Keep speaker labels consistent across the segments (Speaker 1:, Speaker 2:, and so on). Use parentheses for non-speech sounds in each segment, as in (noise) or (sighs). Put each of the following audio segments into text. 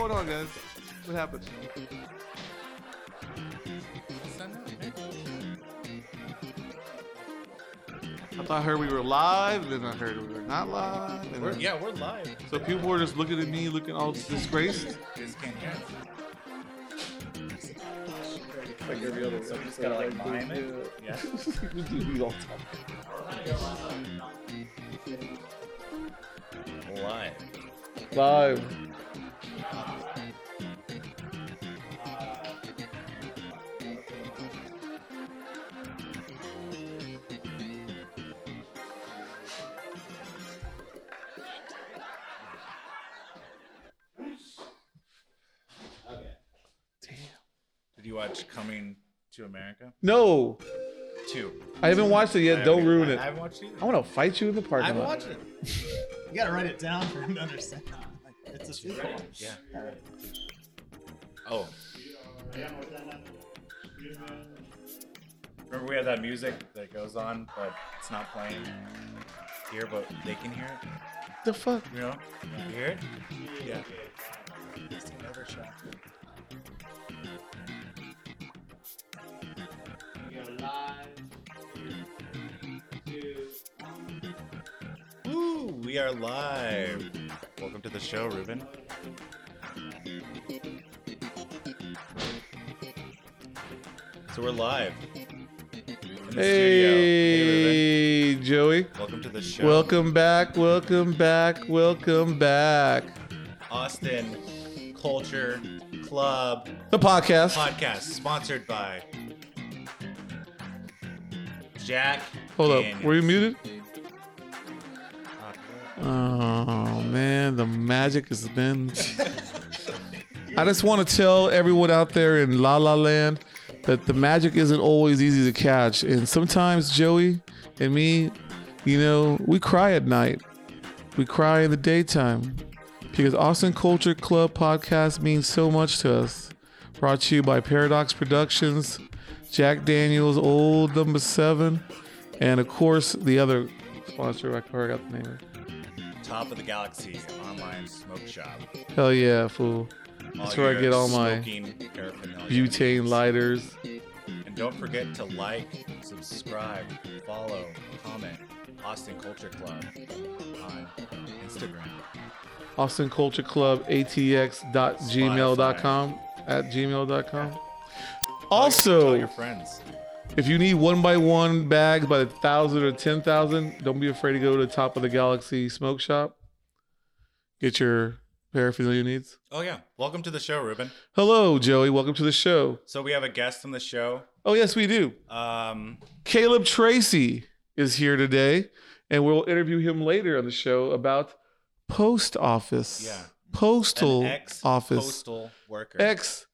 Speaker 1: on, guys. What happened? I thought I heard we were live, then I heard we were not live. and
Speaker 2: We're,
Speaker 1: then-
Speaker 2: yeah, we're live.
Speaker 1: So people were just looking at me, looking all disgraced.
Speaker 2: Just can't hear it.
Speaker 3: Like every other
Speaker 2: So we just gotta like mime it. Yeah.
Speaker 3: (laughs) We do all the
Speaker 2: Live.
Speaker 3: time. Live.
Speaker 2: Did you watch Coming to America?
Speaker 3: No,
Speaker 2: Two.
Speaker 3: I haven't watched it yet. Don't ruin
Speaker 2: I,
Speaker 3: it.
Speaker 2: I
Speaker 3: I
Speaker 2: haven't watched either.
Speaker 3: want to fight you in the parking
Speaker 2: I've
Speaker 3: lot.
Speaker 2: watched it.
Speaker 4: You gotta write it down for him to understand. Like, It's a sequel.
Speaker 2: Yeah. Oh. Remember we had that music that goes on, but it's not playing here, but they can hear it.
Speaker 3: The fuck?
Speaker 2: You know? You hear it? Yeah.
Speaker 4: It's another shot.
Speaker 2: Woo! We are live. Welcome to the show, Ruben. So we're live. In the studio. Hey, Ruben.
Speaker 3: Hey, Joey.
Speaker 2: Welcome to the show.
Speaker 3: Welcome back. Welcome back. Welcome back.
Speaker 2: Austin Culture Club
Speaker 3: The podcast.
Speaker 2: podcast sponsored by Jack.
Speaker 3: Hold up.
Speaker 2: Daniels.
Speaker 3: Were you muted?
Speaker 2: Uh,
Speaker 3: Oh man, the magic has been. (laughs) I just want to tell everyone out there in La La Land that the magic isn't always easy to catch, and sometimes Joey and me, you know, we cry at night. We cry in the daytime because Austin Culture Club podcast means so much to us. Brought to you by Paradox Productions, Jack Daniels, Old Number Seven, and of course the other sponsor. I forgot the name. Of it.
Speaker 2: Top of the Galaxy online smoke shop.
Speaker 3: Hell yeah, fool. That's where I get all my
Speaker 2: butane.
Speaker 3: Butane lighters.
Speaker 2: And don't forget to like, subscribe, follow, comment Austin Culture Club on Instagram.
Speaker 3: Austin Culture Club, atx.gmail.com. At gmail.com.
Speaker 2: Tell
Speaker 3: Also,
Speaker 2: your friends.
Speaker 3: if you need one by one bags by the thousand or ten thousand, don't be afraid to go to the top of the galaxy smoke shop. Get your paraphernalia needs.
Speaker 2: Oh yeah, welcome to the show, Ruben.
Speaker 3: Hello, Joey. Welcome to the show.
Speaker 2: So we have a guest on the show.
Speaker 3: Oh, yes, we do.
Speaker 2: Um,
Speaker 3: Caleb Tracy is here today, and we'll interview him later on the show about post office.
Speaker 2: Yeah.
Speaker 3: Postal
Speaker 2: an ex
Speaker 3: office.
Speaker 2: postal worker.
Speaker 3: Ex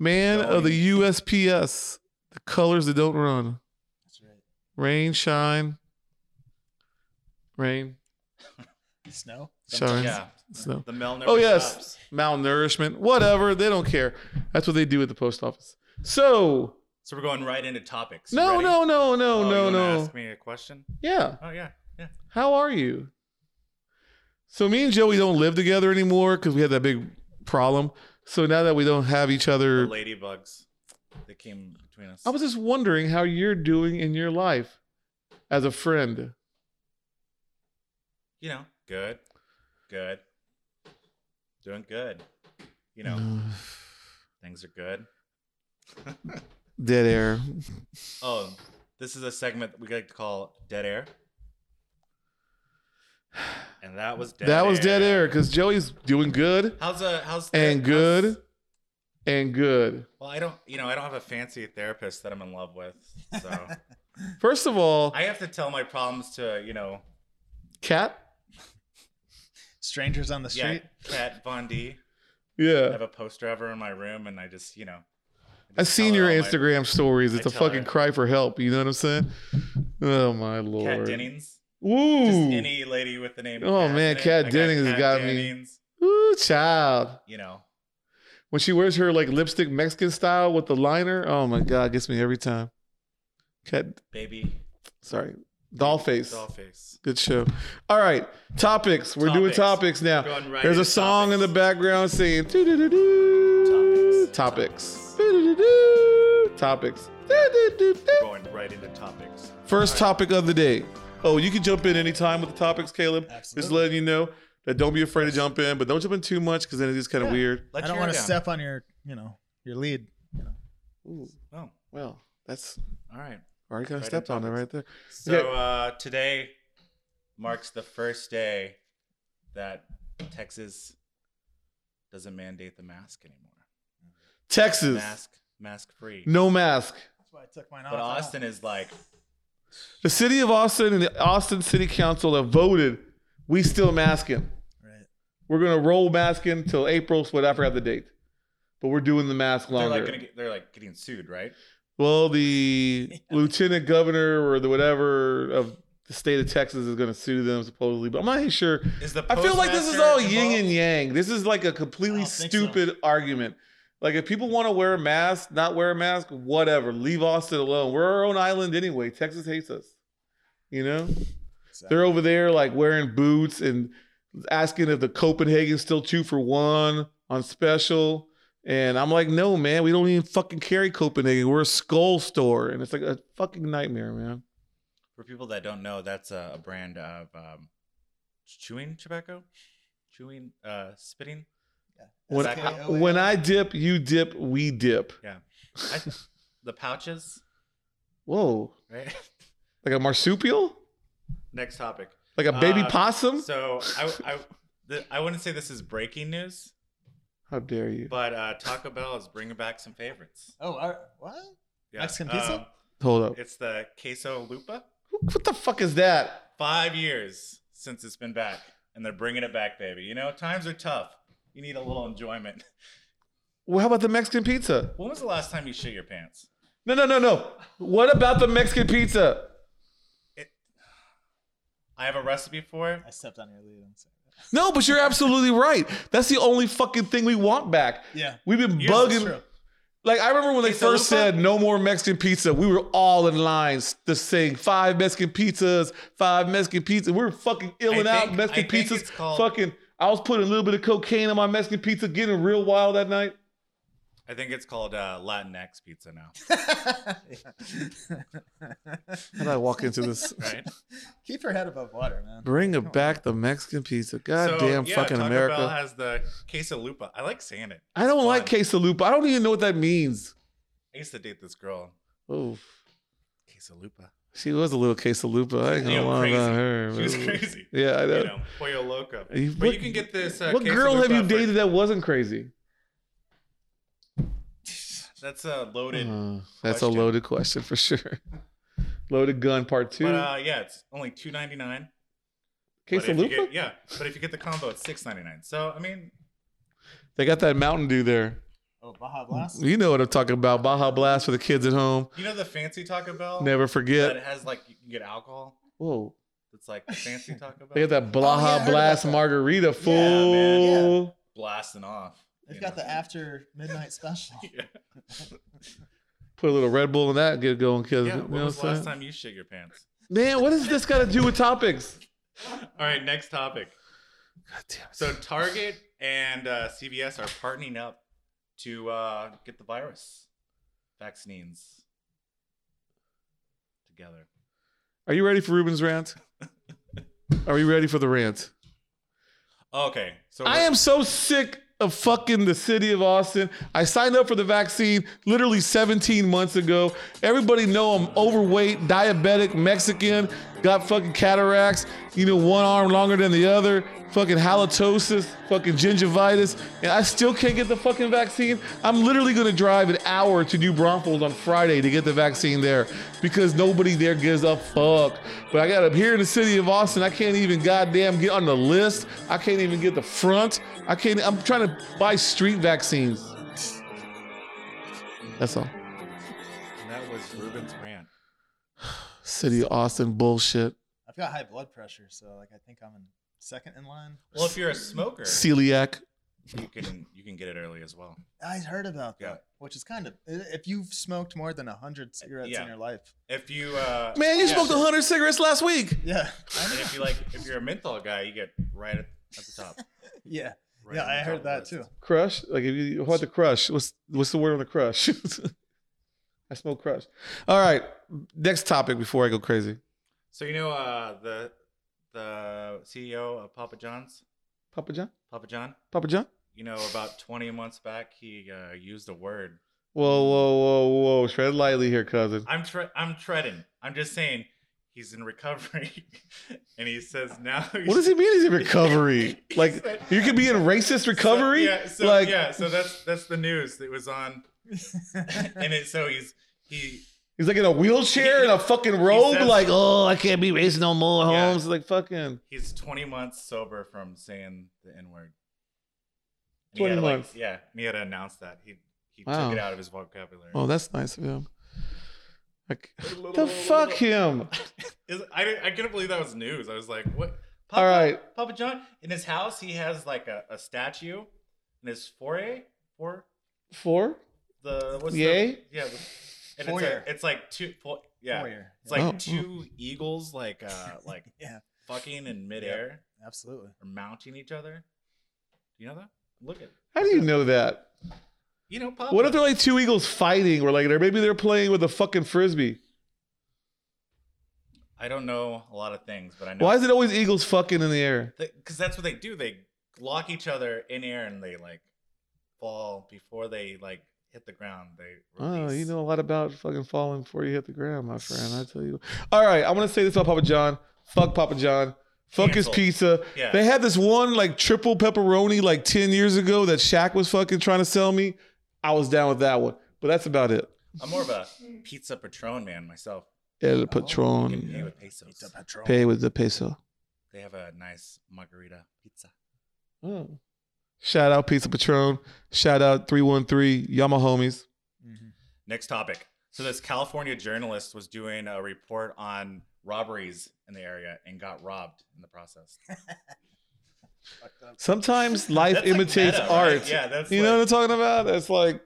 Speaker 3: man of the USPS. The colors that don't run.
Speaker 4: That's right.
Speaker 3: Rain, shine. Rain,
Speaker 4: Snow.
Speaker 3: shine,
Speaker 2: yeah,
Speaker 3: snow.
Speaker 2: the Melner.
Speaker 3: Oh, yes. Malnourishment, whatever. They don't care. That's what they do at the post office. So,
Speaker 2: So we're going right into topics.
Speaker 3: no,
Speaker 2: Ready?
Speaker 3: no, no, no,
Speaker 2: Oh, you
Speaker 3: no,
Speaker 2: wanna
Speaker 3: no.
Speaker 2: Ask me a question.
Speaker 3: Yeah.
Speaker 2: Oh yeah, yeah.
Speaker 3: How are you? So me and Joey don't live together anymore because we had that big problem. So now that we don't have each
Speaker 2: The
Speaker 3: other,
Speaker 2: ladybugs that came between us.
Speaker 3: I was just wondering how you're doing in your life as a friend.
Speaker 2: you know, good, good, doing good. You know,
Speaker 3: Mm-hmm.
Speaker 2: things are good.
Speaker 3: Dead air.
Speaker 2: Oh, this is a segment that we like to call dead air. And
Speaker 3: (sighs)
Speaker 2: that was dead.
Speaker 3: that
Speaker 2: air.
Speaker 3: was dead air because Joey's doing good
Speaker 2: How's a how's
Speaker 3: and
Speaker 2: how's-
Speaker 3: good and good.
Speaker 2: Well, I don't, you know, I don't have a fancy therapist that I'm in love with, so
Speaker 3: (laughs) First of all,
Speaker 2: I have to tell my problems to, you know,
Speaker 3: cat.
Speaker 4: Strangers on the
Speaker 2: yeah,
Speaker 4: street.
Speaker 2: Kat Von D. I
Speaker 3: Yeah,
Speaker 2: have a poster of her in my room, and I just, you know,
Speaker 3: I've
Speaker 2: just tell
Speaker 3: seen
Speaker 2: her
Speaker 3: your
Speaker 2: all my-
Speaker 3: Instagram stories.
Speaker 2: I
Speaker 3: It's a
Speaker 2: tell her.
Speaker 3: fucking cry for help. You know what I'm saying? Oh my lord.
Speaker 2: Kat Dennings.
Speaker 3: Ooh.
Speaker 2: Just any lady with the name.
Speaker 3: Oh,
Speaker 2: Kat
Speaker 3: man,
Speaker 2: in it.
Speaker 3: Kat
Speaker 2: I
Speaker 3: Dennings has
Speaker 2: Kat
Speaker 3: got me.
Speaker 2: Dennings,
Speaker 3: Ooh, child.
Speaker 2: You know,
Speaker 3: When she wears her like lipstick Mexican style with the liner, oh my god, gets me every time. Cat,
Speaker 2: baby.
Speaker 3: sorry, Dollface.
Speaker 2: Dollface.
Speaker 3: Good show. All right, topics. We're doing
Speaker 2: Topics.
Speaker 3: topics now.
Speaker 2: Going right
Speaker 3: There's a
Speaker 2: into
Speaker 3: song in the
Speaker 2: topics.
Speaker 3: background saying doo-doo-doo-doo. topics. Doo-doo-doo-doo. Topics. Doo-doo-doo-doo.
Speaker 2: Going right into topics.
Speaker 3: First topic of the day. Oh, you can jump in anytime with the topics, Caleb. Just
Speaker 4: Absolutely.
Speaker 3: letting you know that don't be afraid to jump in, but don't jump in too much because then it gets kind of
Speaker 2: Yeah.
Speaker 3: weird.
Speaker 2: Let
Speaker 4: I don't
Speaker 2: your
Speaker 4: want to
Speaker 2: down.
Speaker 4: step on your, you know, your lead.
Speaker 2: Oh,
Speaker 3: Well, that's
Speaker 2: all right.
Speaker 3: already kind of
Speaker 2: Right
Speaker 3: stepped
Speaker 2: on
Speaker 3: on it
Speaker 2: topics.
Speaker 3: right there.
Speaker 2: So
Speaker 3: Okay.
Speaker 2: uh, today marks the first day that Texas doesn't mandate the mask anymore.
Speaker 3: Texas,
Speaker 2: Mask, mask free.
Speaker 3: no mask.
Speaker 4: That's why I took mine off.
Speaker 2: But Austin is like,
Speaker 3: The city of Austin and the Austin City Council have voted. We still masking.
Speaker 4: Right.
Speaker 3: We're gonna roll masking till April. So I forgot the date, but we're doing the mask
Speaker 2: they're
Speaker 3: longer.
Speaker 2: like, gonna get, they're like getting sued, right?
Speaker 3: Well, the
Speaker 2: (laughs)
Speaker 3: lieutenant governor or the whatever of the state of Texas is going to sue them supposedly, but I'm not even sure.
Speaker 2: Is the
Speaker 3: I feel like this is
Speaker 2: postmaster
Speaker 3: all yin
Speaker 2: involved?
Speaker 3: and yang. This is like a
Speaker 4: I
Speaker 3: completely
Speaker 4: don't think so.
Speaker 3: stupid argument. Like if people want to wear a mask, not wear a mask, whatever. Leave Austin alone. We're our own island anyway. Texas hates us. You know? They're over there like wearing boots and asking if the Copenhagen's still two for one on special. And I'm like, no, man, we don't even fucking carry Copenhagen. We're a skull store. And it's like a fucking nightmare, man.
Speaker 2: For people that don't know, that's a, a brand of um, chewing tobacco, chewing, uh, spitting.
Speaker 3: When
Speaker 2: Exactly.
Speaker 3: I, when I dip, you dip, we dip.
Speaker 2: I,
Speaker 3: (laughs)
Speaker 2: the pouches,
Speaker 3: Whoa.
Speaker 2: right? (laughs)
Speaker 3: Like a marsupial?
Speaker 2: Next topic.
Speaker 3: Like a baby
Speaker 2: Uh,
Speaker 3: possum?
Speaker 2: So I, I, th- I wouldn't say this is breaking news,
Speaker 3: How dare you?
Speaker 2: but uh, Taco Bell is bringing back some favorites.
Speaker 4: Oh, all right. what?
Speaker 2: Yeah.
Speaker 4: Mexican pizza?
Speaker 2: Um,
Speaker 3: Hold up.
Speaker 2: it's the queso lupa.
Speaker 3: What the fuck is that?
Speaker 2: Five years since it's been back, and they're bringing it back, baby. You know, times are tough. You need a little enjoyment. (laughs)
Speaker 3: Well, how about the Mexican pizza?
Speaker 2: When was the last time you shit your pants?
Speaker 3: No, no, no, no. What about the Mexican pizza?
Speaker 2: I have a recipe for it.
Speaker 4: I stepped on your lead. I'm sorry.
Speaker 3: No, but you're absolutely right. That's the only fucking thing we want back.
Speaker 4: Yeah. (laughs)
Speaker 3: We've been
Speaker 2: Yours is
Speaker 3: bugging.
Speaker 2: true.
Speaker 3: Like I remember when they
Speaker 2: Pizza
Speaker 3: first
Speaker 2: Lupa?
Speaker 3: said no more Mexican pizza, we were all in lines just saying five Mexican pizzas, five Mexican pizzas. We were fucking illing
Speaker 2: I
Speaker 3: out
Speaker 2: think-
Speaker 3: Mexican
Speaker 2: I think
Speaker 3: pizzas.
Speaker 2: it's called-
Speaker 3: fucking, I was putting a little bit of cocaine on my Mexican pizza, getting real wild that night.
Speaker 2: I think it's called uh, Latinx pizza now, (laughs)
Speaker 3: How did I walk into this? (laughs)
Speaker 2: right?
Speaker 4: Keep your head above water, man.
Speaker 3: Bring it back the Mexican pizza. Goddamn damn
Speaker 2: yeah,
Speaker 3: fucking
Speaker 2: Taco
Speaker 3: America.
Speaker 2: Bell has the quesalupa. I like saying it.
Speaker 3: I don't like
Speaker 2: fun.
Speaker 3: quesalupa. I don't even know what that means.
Speaker 2: I used to date this girl,
Speaker 3: Oh,
Speaker 2: quesalupa.
Speaker 3: she was a little quesalupa. I ain't
Speaker 2: You
Speaker 3: gonna
Speaker 2: know,
Speaker 3: lie
Speaker 2: crazy.
Speaker 3: about her.
Speaker 2: She was
Speaker 3: but-
Speaker 2: crazy.
Speaker 3: (laughs) Yeah, I know.
Speaker 2: You know, pollo loco.
Speaker 3: You-
Speaker 2: but
Speaker 3: what-
Speaker 2: you can get this. Uh,
Speaker 3: what girl have you
Speaker 2: quesalupa for-
Speaker 3: dated that wasn't crazy?
Speaker 2: (laughs) That's a uh, loaded.
Speaker 3: Uh, that's a
Speaker 2: question.
Speaker 3: loaded question for sure. (laughs) Loaded gun part two.
Speaker 2: But uh, yeah, it's only two ninety nine.
Speaker 3: Quesalupa?
Speaker 2: Yeah, but if you get the combo, it's six ninety nine. So I mean,
Speaker 3: They got that Mountain Dew there.
Speaker 4: Oh, Baja Blast?
Speaker 3: You know what I'm talking about. Baja Blast for the kids at home.
Speaker 2: you know the fancy Taco Bell
Speaker 3: Never
Speaker 2: that
Speaker 3: forget.
Speaker 2: has like you can get alcohol.
Speaker 3: Whoa.
Speaker 2: It's like
Speaker 3: (laughs)
Speaker 2: the fancy Taco Bell.
Speaker 3: They got that Baja
Speaker 4: I heard
Speaker 3: Blast
Speaker 4: about that.
Speaker 3: margarita, fool.
Speaker 2: man, blasting off.
Speaker 4: They've
Speaker 2: you
Speaker 4: got
Speaker 2: know?
Speaker 4: the after midnight special.
Speaker 2: (laughs) Yeah.
Speaker 3: Put a little Red Bull in that and get it going, kids.
Speaker 2: Yeah,
Speaker 3: you know
Speaker 2: when
Speaker 3: what I'm
Speaker 2: was the last
Speaker 3: saying?
Speaker 2: time you shit your pants?
Speaker 3: Man, what does this got to do with
Speaker 2: (laughs)
Speaker 3: topics?
Speaker 2: All right, next topic.
Speaker 3: God damn it.
Speaker 2: So Target and uh, CVS are partnering up to uh, get the virus vaccines together.
Speaker 3: Are you ready for Ruben's rant? Are you ready for the rant?
Speaker 2: Oh, Okay, so
Speaker 3: I am so sick of fucking the city of Austin. I signed up for the vaccine literally 17 months ago. Everybody know I'm overweight, diabetic, Mexican, got fucking cataracts, you know, one arm longer than the other, fucking halitosis, fucking gingivitis, and I still can't get the fucking vaccine. I'm literally gonna drive an hour to New Braunfels on Friday to get the vaccine there because nobody there gives a fuck. But I got up here in the city of Austin, I can't even goddamn get on the list. I can't even get the front. I can't. I'm trying to buy street vaccines. That's all.
Speaker 2: And that was Ruben's rant.
Speaker 3: City of Austin bullshit.
Speaker 4: I've got high blood pressure, so like I think I'm in second in line.
Speaker 2: Well, if you're a smoker,
Speaker 3: Celiac.
Speaker 2: You can you can get it early as well.
Speaker 4: I heard about that,
Speaker 2: Yeah. Uh,
Speaker 4: which is kind of if you've smoked more than hundred cigarettes
Speaker 2: Yeah.
Speaker 4: in your life.
Speaker 2: If you uh,
Speaker 3: Man, you
Speaker 2: yeah,
Speaker 3: smoked 100 cigarettes last week.
Speaker 4: Yeah, I
Speaker 2: And
Speaker 4: know.
Speaker 2: if you like, if you're a menthol guy, you get right at, at the top.
Speaker 4: (laughs) yeah,
Speaker 2: Right
Speaker 4: yeah.
Speaker 2: on the
Speaker 4: I
Speaker 2: top
Speaker 4: heard
Speaker 2: of the
Speaker 4: that
Speaker 2: list.
Speaker 4: too.
Speaker 3: Crush? Like if you what the crush? What's what's the word on the crush? (laughs) I smoke crush. All right. Next topic before I go crazy.
Speaker 2: So you know uh, the the CEO of Papa John's,
Speaker 3: Papa John?
Speaker 2: Papa John.
Speaker 3: Papa John?
Speaker 2: You know, about 20 months back, he uh, used a word.
Speaker 3: Whoa, whoa, whoa, whoa. Shred lightly here, cousin.
Speaker 2: I'm tre- I'm treading. I'm just saying he's in recovery, (laughs) and he says now. (laughs) He's
Speaker 3: What does he mean he's in recovery?
Speaker 2: (laughs) He
Speaker 3: Like
Speaker 2: said-
Speaker 3: you could be in racist recovery?
Speaker 2: So, yeah, so,
Speaker 3: like
Speaker 2: yeah, so that's that's the news that was on, (laughs) (laughs)
Speaker 4: (laughs)
Speaker 2: and it, so he's he
Speaker 3: he's like in a wheelchair and a fucking robe,
Speaker 2: says-
Speaker 3: like, oh, I can't be racist no more,
Speaker 2: Yeah.
Speaker 3: Holmes. Like fucking
Speaker 2: he's 20 months sober from saying the N word.
Speaker 3: 20
Speaker 2: had, like,
Speaker 3: months.
Speaker 2: yeah, and he had to announce that he he
Speaker 3: Wow.
Speaker 2: took it out of his vocabulary.
Speaker 3: Oh, that's nice of him. Like the fuck
Speaker 2: (laughs)
Speaker 3: him.
Speaker 2: Is, I didn't- I couldn't believe that was news. I was like, what? Papa,
Speaker 3: All right.
Speaker 2: Papa John in his house he has like a, a statue in his foyer for
Speaker 3: Four?
Speaker 2: the what's the
Speaker 3: Yay?
Speaker 2: yeah the, and it's,
Speaker 4: Foyer.
Speaker 2: a, it's like two fo- yeah
Speaker 4: Warrior.
Speaker 2: it's like
Speaker 3: Oh.
Speaker 2: two eagles like uh like
Speaker 4: (laughs) yeah,
Speaker 2: fucking in midair
Speaker 4: absolutely.
Speaker 2: or mounting each other. Do you know that? Look at
Speaker 3: How do you know that?
Speaker 2: you know Papa.
Speaker 3: What if they're like two eagles fighting, or like they're maybe they're playing with a fucking frisbee?
Speaker 2: I don't know a lot of things, but I know
Speaker 3: Why is it always eagles fucking in the air?
Speaker 2: because that's what they do. They lock each other in air and they like fall before they like hit the ground. They
Speaker 3: Oh, you
Speaker 2: release.
Speaker 3: know a lot about fucking falling before you hit the ground, my friend. I tell you. All right, I'm gonna say this about Papa John. Fuck Papa John. Fuck his
Speaker 2: Cancel.
Speaker 3: pizza.
Speaker 2: Yeah.
Speaker 3: They had this one like triple pepperoni like ten years ago that Shaq was fucking trying to sell me. I was down with that one, but that's about it.
Speaker 2: I'm more of a pizza patron man myself.
Speaker 3: El
Speaker 2: You can
Speaker 3: Patron.
Speaker 2: pay with pesos.
Speaker 4: It's a patrol.
Speaker 3: Pay with the peso.
Speaker 2: They have a nice margarita pizza. Hmm.
Speaker 3: Oh. Shout out Pizza Patron. Shout out 313. Y'all my homies.
Speaker 4: Mhm.
Speaker 2: Next topic. So this California journalist was doing a report on robberies in the area and got robbed in the process.
Speaker 4: Fucked up.
Speaker 3: Sometimes life
Speaker 2: (laughs) That's like
Speaker 3: imitates
Speaker 2: meta, right?
Speaker 3: art.
Speaker 2: Yeah, that's
Speaker 3: You
Speaker 2: like-
Speaker 3: know what I'm talking about? It's like,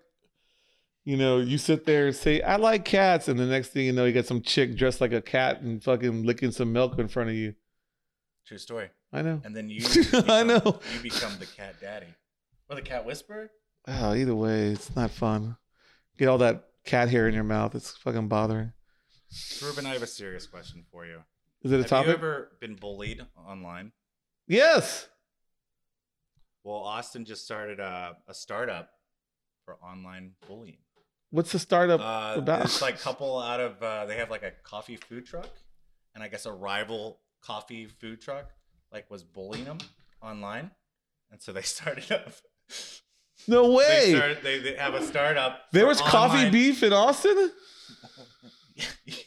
Speaker 3: you know, you sit there and say, I like cats. And the next thing you know, you got some chick dressed like a cat and fucking licking some milk in front of you.
Speaker 2: True story.
Speaker 3: I know.
Speaker 2: And then you,
Speaker 3: (laughs) I know.
Speaker 2: you become the cat daddy or the cat whisperer.
Speaker 3: Oh, either way, it's not fun. Get all that cat hair in your mouth. It's fucking bothering.
Speaker 2: Ruben, I have a serious question for you.
Speaker 3: Is it a
Speaker 2: have
Speaker 3: topic?
Speaker 2: you ever been bullied online?
Speaker 3: yes.
Speaker 2: Well, Austin just started a, a startup for online bullying.
Speaker 3: What's the startup
Speaker 2: Uh,
Speaker 3: about?
Speaker 2: It's like couple out of uh, they have like a coffee food truck, and I guess a rival coffee food truck like was bullying them online, and so they (laughs) started up.
Speaker 3: no
Speaker 2: They,
Speaker 3: way.
Speaker 2: started, they, they have a startup.
Speaker 3: There
Speaker 2: for
Speaker 3: was coffee
Speaker 2: online-
Speaker 3: beef in
Speaker 2: (laughs)
Speaker 3: Austin?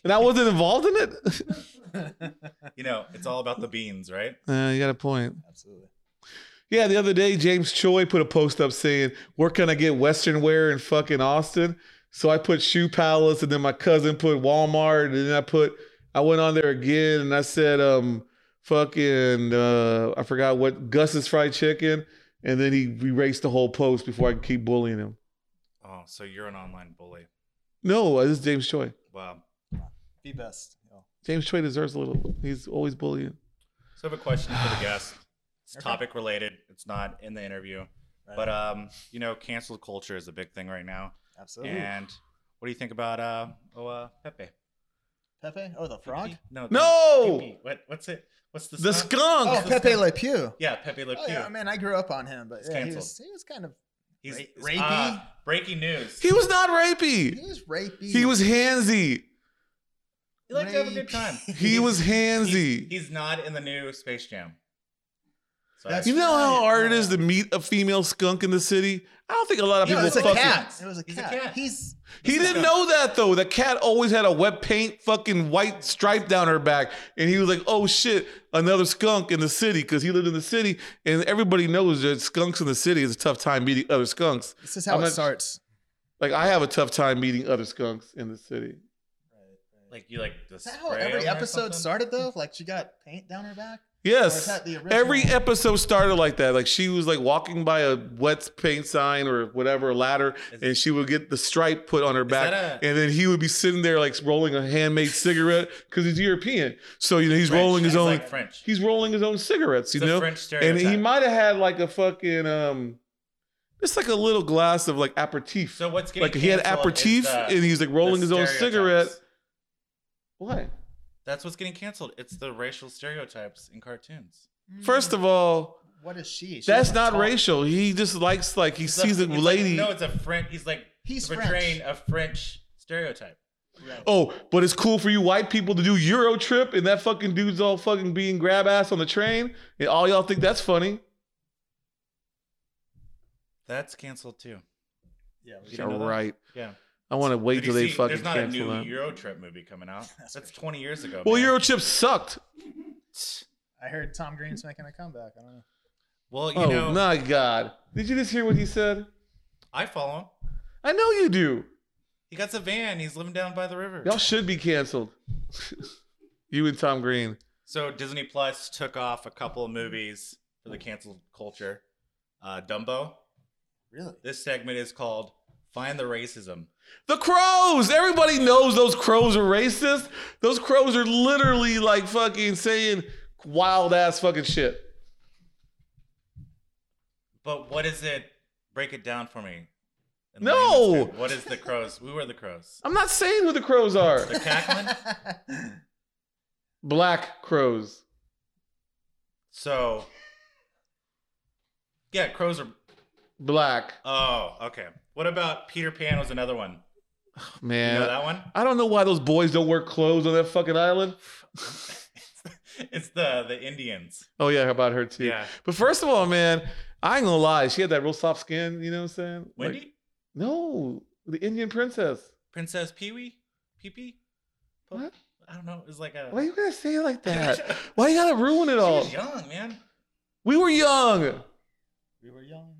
Speaker 3: And I wasn't involved in it? (laughs)
Speaker 2: you know, it's all about the beans, right?
Speaker 3: Uh, you got a point.
Speaker 4: (laughs) Absolutely.
Speaker 3: Yeah, the other day James Choi put a post up saying, "Where can I get Western wear in fucking Austin?" So I put Shoe Palace, and then my cousin put Walmart, and then I put I went on there again, and I said, "Um, fucking uh, I forgot what Gus's fried chicken," and then he erased the whole post before I could keep bullying him.
Speaker 2: Oh, so you're an online bully.
Speaker 3: No, uh, this is James Choi.
Speaker 2: Wow.
Speaker 4: Be best. yo.
Speaker 3: James Choi deserves a little. He's always bullying.
Speaker 2: So I have a question for
Speaker 4: (sighs)
Speaker 2: the guest. It's
Speaker 4: Okay.
Speaker 2: topic related. It's not in the interview,
Speaker 4: Right
Speaker 2: but
Speaker 4: on.
Speaker 2: um, you know, cancel culture is a big thing right now.
Speaker 4: absolutely.
Speaker 2: And what do you think about uh, oh, uh, Pepe?
Speaker 4: Pepe. Oh, the frog.
Speaker 2: Pepe? No.
Speaker 3: No!
Speaker 2: Pepe. What? What's it? What's the?
Speaker 3: The
Speaker 2: skunk?
Speaker 3: skunk.
Speaker 4: Oh,
Speaker 2: this
Speaker 4: Pepe
Speaker 2: guy.
Speaker 4: Le Pew.
Speaker 2: Yeah, Pepe Le
Speaker 4: Oh
Speaker 2: Pew.
Speaker 4: yeah, man, I grew up on him, but
Speaker 2: It's
Speaker 4: yeah, he
Speaker 2: canceled.
Speaker 4: was he was kind of
Speaker 2: He's
Speaker 4: Ra- rapey?
Speaker 2: uh, breaking news.
Speaker 3: He was not
Speaker 4: he
Speaker 3: rapey.
Speaker 4: was rapey.
Speaker 3: He was handsy.
Speaker 2: He likes to have a good time.
Speaker 3: He
Speaker 4: (laughs)
Speaker 3: was handsy.
Speaker 2: He's, he's not in the new Space Jam. So
Speaker 4: That's-
Speaker 3: You know how
Speaker 4: Right.
Speaker 3: hard it is to meet a female skunk in the city? I don't think a lot of
Speaker 4: No,
Speaker 3: people
Speaker 4: it's a
Speaker 3: fucking.
Speaker 4: cat. It was a
Speaker 2: He's a
Speaker 4: cat.
Speaker 2: cat.
Speaker 4: He's
Speaker 3: He didn't know that though. The cat always had a wet paint fucking white stripe down her back. And he was like, oh shit, another skunk in the city because he lived in the city. And everybody knows that skunks in the city is a tough time meeting other skunks.
Speaker 4: this is how
Speaker 3: I'm
Speaker 4: it
Speaker 3: not-
Speaker 4: starts.
Speaker 3: Like, I have a tough time meeting other skunks in the city.
Speaker 2: like you like the
Speaker 4: Is that how every episode started though? Like she got paint down her back.
Speaker 3: Yes.
Speaker 4: Or is that the original?
Speaker 3: Every episode started like that. Like she was like walking by a wet paint sign or whatever a ladder,
Speaker 2: Is-
Speaker 3: and she would get the stripe put on her back,
Speaker 2: that a-
Speaker 3: and then he would be sitting there like rolling a handmade cigarette because he's European. So you know he's
Speaker 2: French.
Speaker 3: rolling his
Speaker 2: It's
Speaker 3: own.
Speaker 2: like French.
Speaker 3: he's rolling his own cigarettes. You
Speaker 2: It's a
Speaker 3: know,
Speaker 2: French
Speaker 3: and he
Speaker 2: stereotype.
Speaker 3: might have had like a fucking um, it's like a little glass of like aperitif.
Speaker 2: So what's getting
Speaker 3: like he had
Speaker 2: canceled is
Speaker 3: aperitif,
Speaker 2: the-
Speaker 3: and he's like
Speaker 2: the
Speaker 3: rolling his own
Speaker 2: stereotypes.
Speaker 3: cigarette. What?
Speaker 2: That's what's getting canceled. It's the racial stereotypes in cartoons.
Speaker 3: First of all.
Speaker 4: What is she? She's
Speaker 3: That's not
Speaker 4: tall.
Speaker 3: racial. He just likes like he
Speaker 2: It's
Speaker 3: sees a
Speaker 2: it's like-
Speaker 3: lady.
Speaker 2: no, it's a French. He's like
Speaker 4: He's
Speaker 2: portraying a French stereotype.
Speaker 4: Right.
Speaker 3: oh, but it's cool for you white people to do Euro trip and that fucking dude's all fucking being grab ass on the train and all y'all think that's funny.
Speaker 2: That's canceled too.
Speaker 4: Yeah. we-
Speaker 2: You know that?
Speaker 3: right.
Speaker 2: Yeah.
Speaker 3: I want to wait
Speaker 2: Did you
Speaker 3: till they
Speaker 2: see-
Speaker 3: fucking
Speaker 2: There's not a new
Speaker 3: cancel that.
Speaker 2: Euro trip movie coming out.
Speaker 4: (laughs) That's
Speaker 2: That's 20 years ago.
Speaker 3: well,
Speaker 2: man.
Speaker 3: Euro trip sucked.
Speaker 4: I heard Tom Green's making a comeback. I don't know.
Speaker 2: Well, you
Speaker 3: Oh
Speaker 2: know,
Speaker 3: my god! Did you just hear what he said?
Speaker 2: I follow him.
Speaker 3: I know you do.
Speaker 2: He got a van. He's living down by the river.
Speaker 3: Y'all should be canceled. (laughs) you and Tom Green.
Speaker 2: So Disney Plus took off a couple of movies for the canceled culture. Uh, Dumbo.
Speaker 4: Really?
Speaker 2: This segment is called "Find the Racism."
Speaker 3: The crows! Everybody knows those crows are racist. Those crows are literally like fucking saying wild ass fucking shit.
Speaker 2: But what is it? Break it down for me. In
Speaker 3: No!
Speaker 2: layman's terms. What is the crows? Who are the crows?
Speaker 3: I'm not saying who the crows are.
Speaker 2: The cackling.
Speaker 3: Black crows.
Speaker 2: So, yeah, crows are.
Speaker 3: Black.
Speaker 2: Oh, okay. What about Peter Pan? Was another one. You
Speaker 3: Man.
Speaker 2: know that one? (laughs)
Speaker 3: I don't know why those boys don't wear clothes on that fucking island. (laughs)
Speaker 2: it's the the Indians.
Speaker 3: Oh yeah, about her too.
Speaker 2: Yeah.
Speaker 3: But first of all, man, I ain't gonna lie, she had that real soft skin, you know what I'm saying? Like-
Speaker 2: Wendy,
Speaker 3: no, the Indian princess.
Speaker 2: Princess Pee Wee, Pee Pee.
Speaker 3: What?
Speaker 2: I don't know. It's like a.
Speaker 3: Why you gotta say it like that? why you gotta ruin it
Speaker 2: She
Speaker 3: all?
Speaker 2: was young, man.
Speaker 3: We were young.
Speaker 4: (laughs) we were young.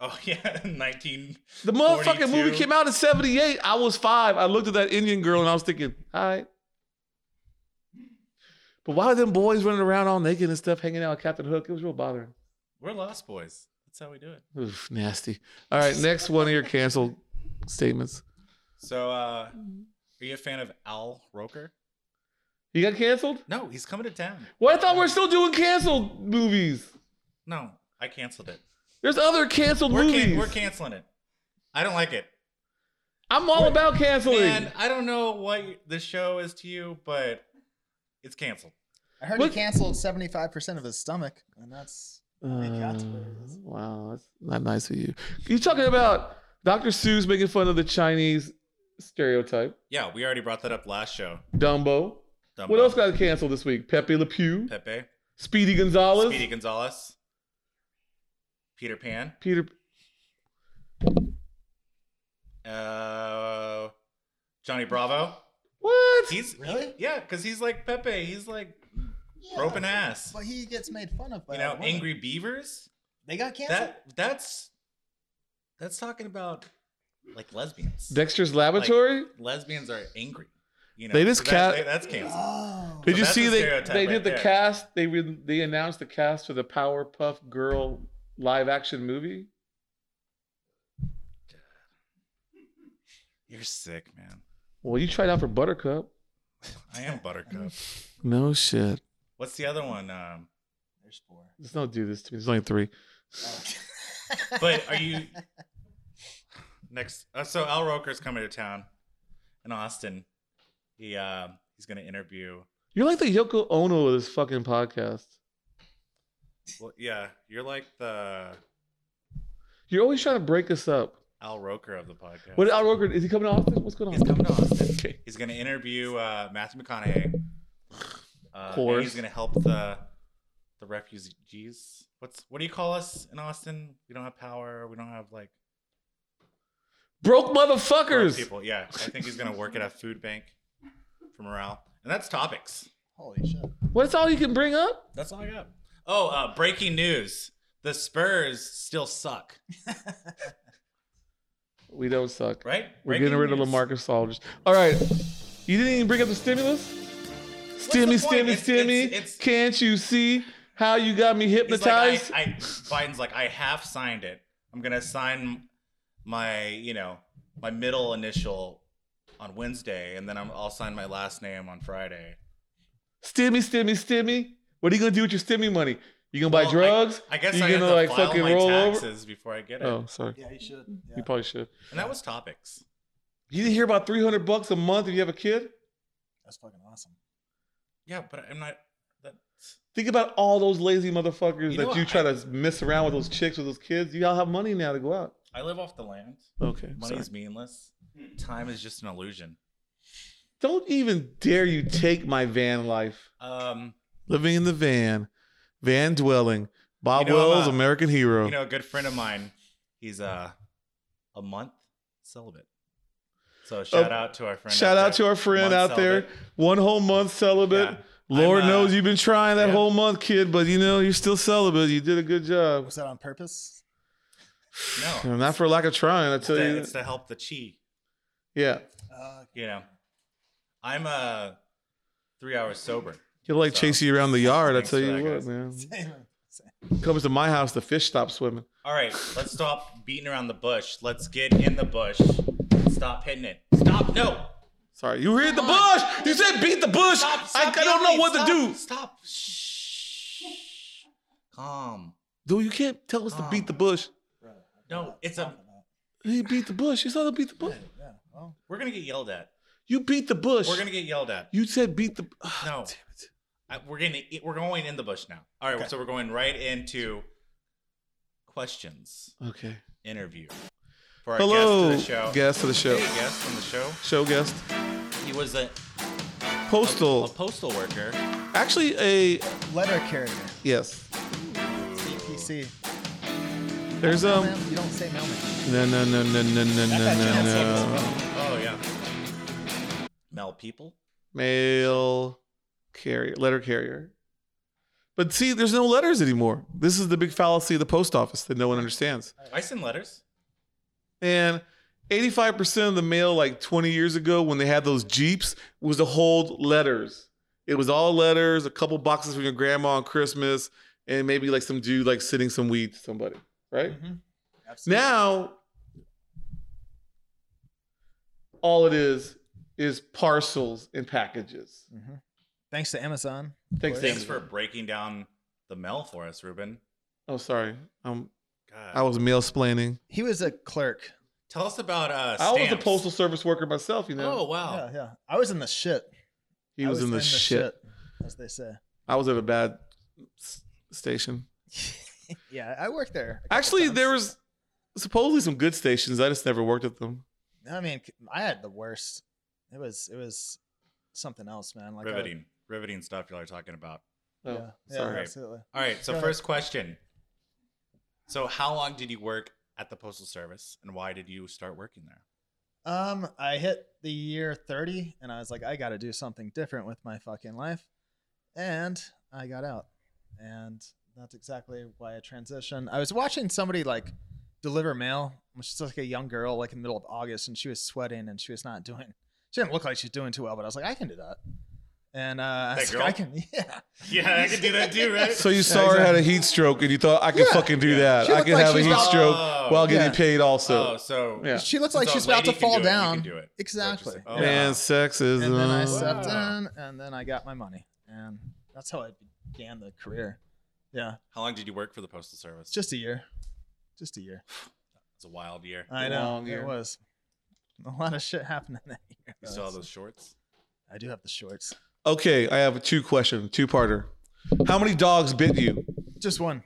Speaker 2: Oh (laughs) yeah, nineteen.
Speaker 3: The motherfucking
Speaker 2: 42.
Speaker 3: movie came out in 78. I was five. I looked at that Indian girl and I was thinking, all right. But why are them boys running around all naked and stuff, hanging out with Captain Hook? It was real bothering.
Speaker 2: We're Lost Boys. That's how we do it.
Speaker 3: Oof, nasty. All right, next one of your canceled statements.
Speaker 2: So, uh, are
Speaker 3: Mm-hmm.
Speaker 2: you a fan of Al Roker?
Speaker 3: You got canceled?
Speaker 2: No, he's coming to town.
Speaker 3: Well, I thought we are still doing canceled movies.
Speaker 2: No, I canceled it.
Speaker 3: There's other canceled
Speaker 2: We're,
Speaker 3: movies.
Speaker 2: can- we're canceling it. I don't like it.
Speaker 3: I'm all about canceling.
Speaker 2: And I don't know what the show is to you, but it's canceled.
Speaker 4: I heard
Speaker 3: What-
Speaker 4: he canceled 75% of his stomach, and that's. They got to
Speaker 3: Uh,
Speaker 4: where it is.
Speaker 3: wow, that's not nice of you. You talking about Dr. Seuss making fun of the Chinese stereotype?
Speaker 2: Yeah, we already brought that up last show.
Speaker 3: Dumbo.
Speaker 2: Dumbo,
Speaker 3: What else got canceled this week? Pepe Le Pew,
Speaker 2: Pepe,
Speaker 3: Speedy Gonzalez,
Speaker 2: Speedy Gonzalez, Peter Pan.
Speaker 3: Peter.
Speaker 2: Uh, Johnny Bravo.
Speaker 3: What?
Speaker 2: He's
Speaker 4: Really?
Speaker 2: yeah, because he's like Pepe. He's like broken ass.
Speaker 4: But he gets made fun of by
Speaker 2: You know,
Speaker 4: all women.
Speaker 2: Angry Beavers.
Speaker 4: They got canceled.
Speaker 2: That that's that's talking about like lesbians.
Speaker 3: Dexter's Laboratory.
Speaker 2: lesbians are angry. You know,
Speaker 3: They just
Speaker 2: so
Speaker 3: cat-
Speaker 2: that, that's canceled.
Speaker 4: oh.
Speaker 3: did
Speaker 2: so
Speaker 3: you
Speaker 2: that's
Speaker 3: see
Speaker 2: a
Speaker 3: they
Speaker 2: stereotype
Speaker 3: they
Speaker 2: right
Speaker 3: did the
Speaker 2: there.
Speaker 3: cast? They re- they announced the cast for the Powerpuff Girl live action movie.
Speaker 2: You're sick, man.
Speaker 3: Well, you tried out for Buttercup.
Speaker 2: I am Buttercup.
Speaker 3: No shit.
Speaker 2: What's the other one? Um,
Speaker 4: There's four.
Speaker 3: Let's not do this to me. There's only three.
Speaker 4: Oh.
Speaker 2: but
Speaker 3: (laughs)
Speaker 2: are you next? Uh, so Al Roker's coming to town in Austin. He uh, he's gonna interview.
Speaker 3: You're like the Yoko Ono of this fucking podcast.
Speaker 2: Well, yeah, you're like the
Speaker 3: You're always trying to break us up.
Speaker 2: Al Roker of the podcast.
Speaker 3: What Al Roker? Is he coming to Austin? What's going on?
Speaker 2: He's coming to Austin.
Speaker 3: (laughs) Okay.
Speaker 2: He's going to interview uh, Matthew McConaughey. Uh, and
Speaker 3: course.
Speaker 2: He's going to help the the refugees. What's what do you call us in Austin? We don't have power. We don't have like
Speaker 3: Broke
Speaker 2: poor
Speaker 3: motherfuckers.
Speaker 2: people. Yeah, I think he's going to work at a food bank for morale, and that's topics.
Speaker 4: (laughs) Holy shit.
Speaker 3: What's all you can bring up?
Speaker 2: That's all I got. Oh, uh, breaking news: the Spurs still suck.
Speaker 3: We don't suck.
Speaker 2: Right?
Speaker 3: We're
Speaker 2: Breaking
Speaker 3: getting rid of
Speaker 2: news.
Speaker 3: LaMarcus Aldridge. All right. You didn't even bring up the stimulus? Stimmy,
Speaker 2: the
Speaker 3: stimmy,
Speaker 2: point? It's-
Speaker 3: stimmy.
Speaker 2: it's- it's-
Speaker 3: Can't you see how you got me
Speaker 2: He's like,
Speaker 3: hypnotized?
Speaker 2: I, I, Biden's like, I half signed it. I'm gonna sign my, you know, my middle initial on Wednesday, and then I'm, I'll sign my last name on Friday.
Speaker 3: stimmy, stimmy, stimmy. What are you gonna do with your stimmy money? You gonna buy
Speaker 2: Well, I-
Speaker 3: drugs?
Speaker 2: I, guess
Speaker 3: you
Speaker 2: I
Speaker 3: gonna
Speaker 2: have to
Speaker 3: like
Speaker 2: file
Speaker 3: fucking
Speaker 2: my
Speaker 3: roll over?
Speaker 2: taxes before I get it.
Speaker 3: Oh, sorry.
Speaker 4: Yeah, you should. Yeah.
Speaker 3: You probably should.
Speaker 2: And that was topics.
Speaker 3: You didn't hear about three hundred bucks a month if you have a kid?
Speaker 4: That's fucking awesome.
Speaker 2: Yeah, but I'm not. That,
Speaker 3: Think about all those lazy motherfuckers
Speaker 2: You know
Speaker 3: that
Speaker 2: what?
Speaker 3: you try to mess around with those chicks with those kids. You all have money now to go out.
Speaker 2: I live off the land.
Speaker 3: Okay.
Speaker 2: Money
Speaker 3: sorry.
Speaker 2: is meaningless. Time is just an illusion.
Speaker 3: Don't even dare you take my van life.
Speaker 2: Um,
Speaker 3: Living in the van, van dwelling. Bob
Speaker 2: You know, I'm
Speaker 3: Wells,
Speaker 2: a-
Speaker 3: American hero.
Speaker 2: you know, a good friend of mine, he's uh, a month celibate. So shout out to our friend.
Speaker 3: Oh. Shout out to
Speaker 2: there.
Speaker 3: our friend
Speaker 2: Month
Speaker 3: out there.
Speaker 2: celibate.
Speaker 3: One whole month celibate.
Speaker 2: Yeah.
Speaker 3: Lord
Speaker 2: I'm, uh,
Speaker 3: knows you've been trying that
Speaker 2: yeah.
Speaker 3: whole month, kid, but you know, you're still celibate. You did a good job.
Speaker 4: Was that on purpose?
Speaker 3: (laughs)
Speaker 2: No,
Speaker 3: Not for lack of trying, I
Speaker 2: it's
Speaker 3: tell
Speaker 2: to,
Speaker 3: you.
Speaker 2: it's to help the chi.
Speaker 3: Yeah.
Speaker 4: Uh,
Speaker 2: You know, I'm uh, three hours sober.
Speaker 3: He'll like
Speaker 2: So,
Speaker 3: chase you around the yard, I
Speaker 2: thanks
Speaker 3: tell
Speaker 2: for
Speaker 3: you
Speaker 2: that,
Speaker 3: what,
Speaker 2: guys.
Speaker 3: man.
Speaker 4: same. same.
Speaker 3: Comes to my house, the fish stop swimming.
Speaker 2: All right, let's stop beating around the bush. Let's get in the bush. Stop hitting it. Stop. No.
Speaker 3: Sorry, you heard the bush. You said beat the bush.
Speaker 2: Stop.
Speaker 3: I, I
Speaker 2: stop
Speaker 3: don't
Speaker 2: hitting
Speaker 3: know
Speaker 2: me.
Speaker 3: what
Speaker 2: Stop.
Speaker 3: to do.
Speaker 2: Stop. Shh. Calm.
Speaker 3: Dude, you can't tell us to beat the bush.
Speaker 2: No, it's a.
Speaker 3: He beat the bush. You saw him beat the bush.
Speaker 4: Yeah. Well,
Speaker 2: We're gonna get yelled at.
Speaker 3: You beat the bush.
Speaker 2: We're gonna get yelled at.
Speaker 3: You said beat the. ah.
Speaker 2: No.
Speaker 3: Damn it.
Speaker 2: I, we're gonna. We're going in the bush now. All right, so we're going right into questions
Speaker 3: Okay.
Speaker 2: interview for our
Speaker 3: Hello,
Speaker 2: guest to the show.
Speaker 3: guest to the show.
Speaker 2: Hey, guest on the show.
Speaker 3: Show guest.
Speaker 2: He was a, a
Speaker 3: Postal.
Speaker 2: postal worker.
Speaker 3: Actually, a
Speaker 4: letter carrier.
Speaker 3: yes.
Speaker 4: PC.
Speaker 3: There's um.
Speaker 4: you don't say mailman.
Speaker 3: No no no no no no no no no.
Speaker 2: Oh yeah. Mel people.
Speaker 3: Mail carrier, letter carrier. But see, there's no letters anymore. This is the big fallacy of the post office that no one understands.
Speaker 2: I send letters.
Speaker 3: And 85% of the mail, like 20 years ago, when they had those Jeeps, was to hold letters. It was all letters, a couple boxes from your grandma on Christmas, and maybe like some dude like sitting some weed to somebody, right?
Speaker 2: Mm-hmm.
Speaker 3: Now, all it is is parcels and packages.
Speaker 4: Mm-hmm. Thanks to Amazon.
Speaker 3: Thanks,
Speaker 2: Thanks
Speaker 3: Amazon.
Speaker 2: for breaking down the mail for us, Ruben.
Speaker 3: Oh, sorry. Um,
Speaker 2: God.
Speaker 3: I was mail splaining.
Speaker 4: He was a clerk.
Speaker 2: Tell us about uh.
Speaker 3: I was a
Speaker 2: stamps.
Speaker 3: postal service worker myself, you know.
Speaker 2: Oh wow.
Speaker 4: Yeah, yeah. I was in the shit.
Speaker 3: he
Speaker 4: I
Speaker 3: was, in the, shit.
Speaker 4: as they say.
Speaker 3: I was at a bad s- station.
Speaker 4: Yeah, I worked there. a couple
Speaker 3: Actually,
Speaker 4: times.
Speaker 3: there was supposedly some good stations. I just never worked at them.
Speaker 4: I mean, I had the worst. It was it was something else, man. Like I-
Speaker 2: riveting, riveting stuff y'all are talking about.
Speaker 3: Oh,
Speaker 4: yeah, yeah,
Speaker 3: sorry.
Speaker 4: absolutely.
Speaker 2: All right. So
Speaker 4: Go ahead.
Speaker 2: first question. So how long did you work at the postal service, and why did you start working there?
Speaker 4: Um, I hit the year 30 and I was like, I got to do something different with my fucking life. And I got out. And that's exactly why I transitioned. I was watching somebody like deliver mail. She's like a young girl, like in the middle of August, and she was sweating and she was not doing, she didn't look like she's doing too well, but I was like, I can do that. And uh, I, was
Speaker 2: That
Speaker 4: like, I
Speaker 2: girl?
Speaker 4: can, (laughs) yeah.
Speaker 2: (laughs) Yeah, I could do that too, right?
Speaker 3: So you saw her had a heat stroke, and you thought I could
Speaker 4: Yeah.
Speaker 3: fucking do
Speaker 2: Yeah.
Speaker 3: that.
Speaker 4: She
Speaker 3: I
Speaker 4: looked
Speaker 3: could
Speaker 4: like
Speaker 3: have a
Speaker 4: she's
Speaker 3: heat
Speaker 4: about-
Speaker 3: stroke
Speaker 2: Oh.
Speaker 3: while getting
Speaker 4: Yeah.
Speaker 3: paid. Also,
Speaker 2: oh, so
Speaker 3: Yeah.
Speaker 4: She looked
Speaker 2: So
Speaker 4: like
Speaker 2: a
Speaker 4: she's about
Speaker 2: lady
Speaker 4: to
Speaker 2: can
Speaker 4: fall
Speaker 2: do it, you
Speaker 4: down.
Speaker 2: can do it.
Speaker 4: Exactly.
Speaker 2: Oh,
Speaker 3: man, uh,
Speaker 2: wow.
Speaker 3: sexism.
Speaker 4: and then
Speaker 2: Wow.
Speaker 4: I stepped in, and then I got my money, and that's how I began the career. Yeah,
Speaker 2: how long did you work for the postal service?
Speaker 4: it's just a year, just a year.
Speaker 2: it's a wild year.
Speaker 4: I
Speaker 3: A
Speaker 4: know
Speaker 3: long
Speaker 4: it
Speaker 3: year.
Speaker 4: was a lot of shit happened in that year.
Speaker 2: You saw those shorts?
Speaker 4: I do have the shorts.
Speaker 3: Okay, I have a two question, two parter. How many dogs bit you?
Speaker 4: Just one.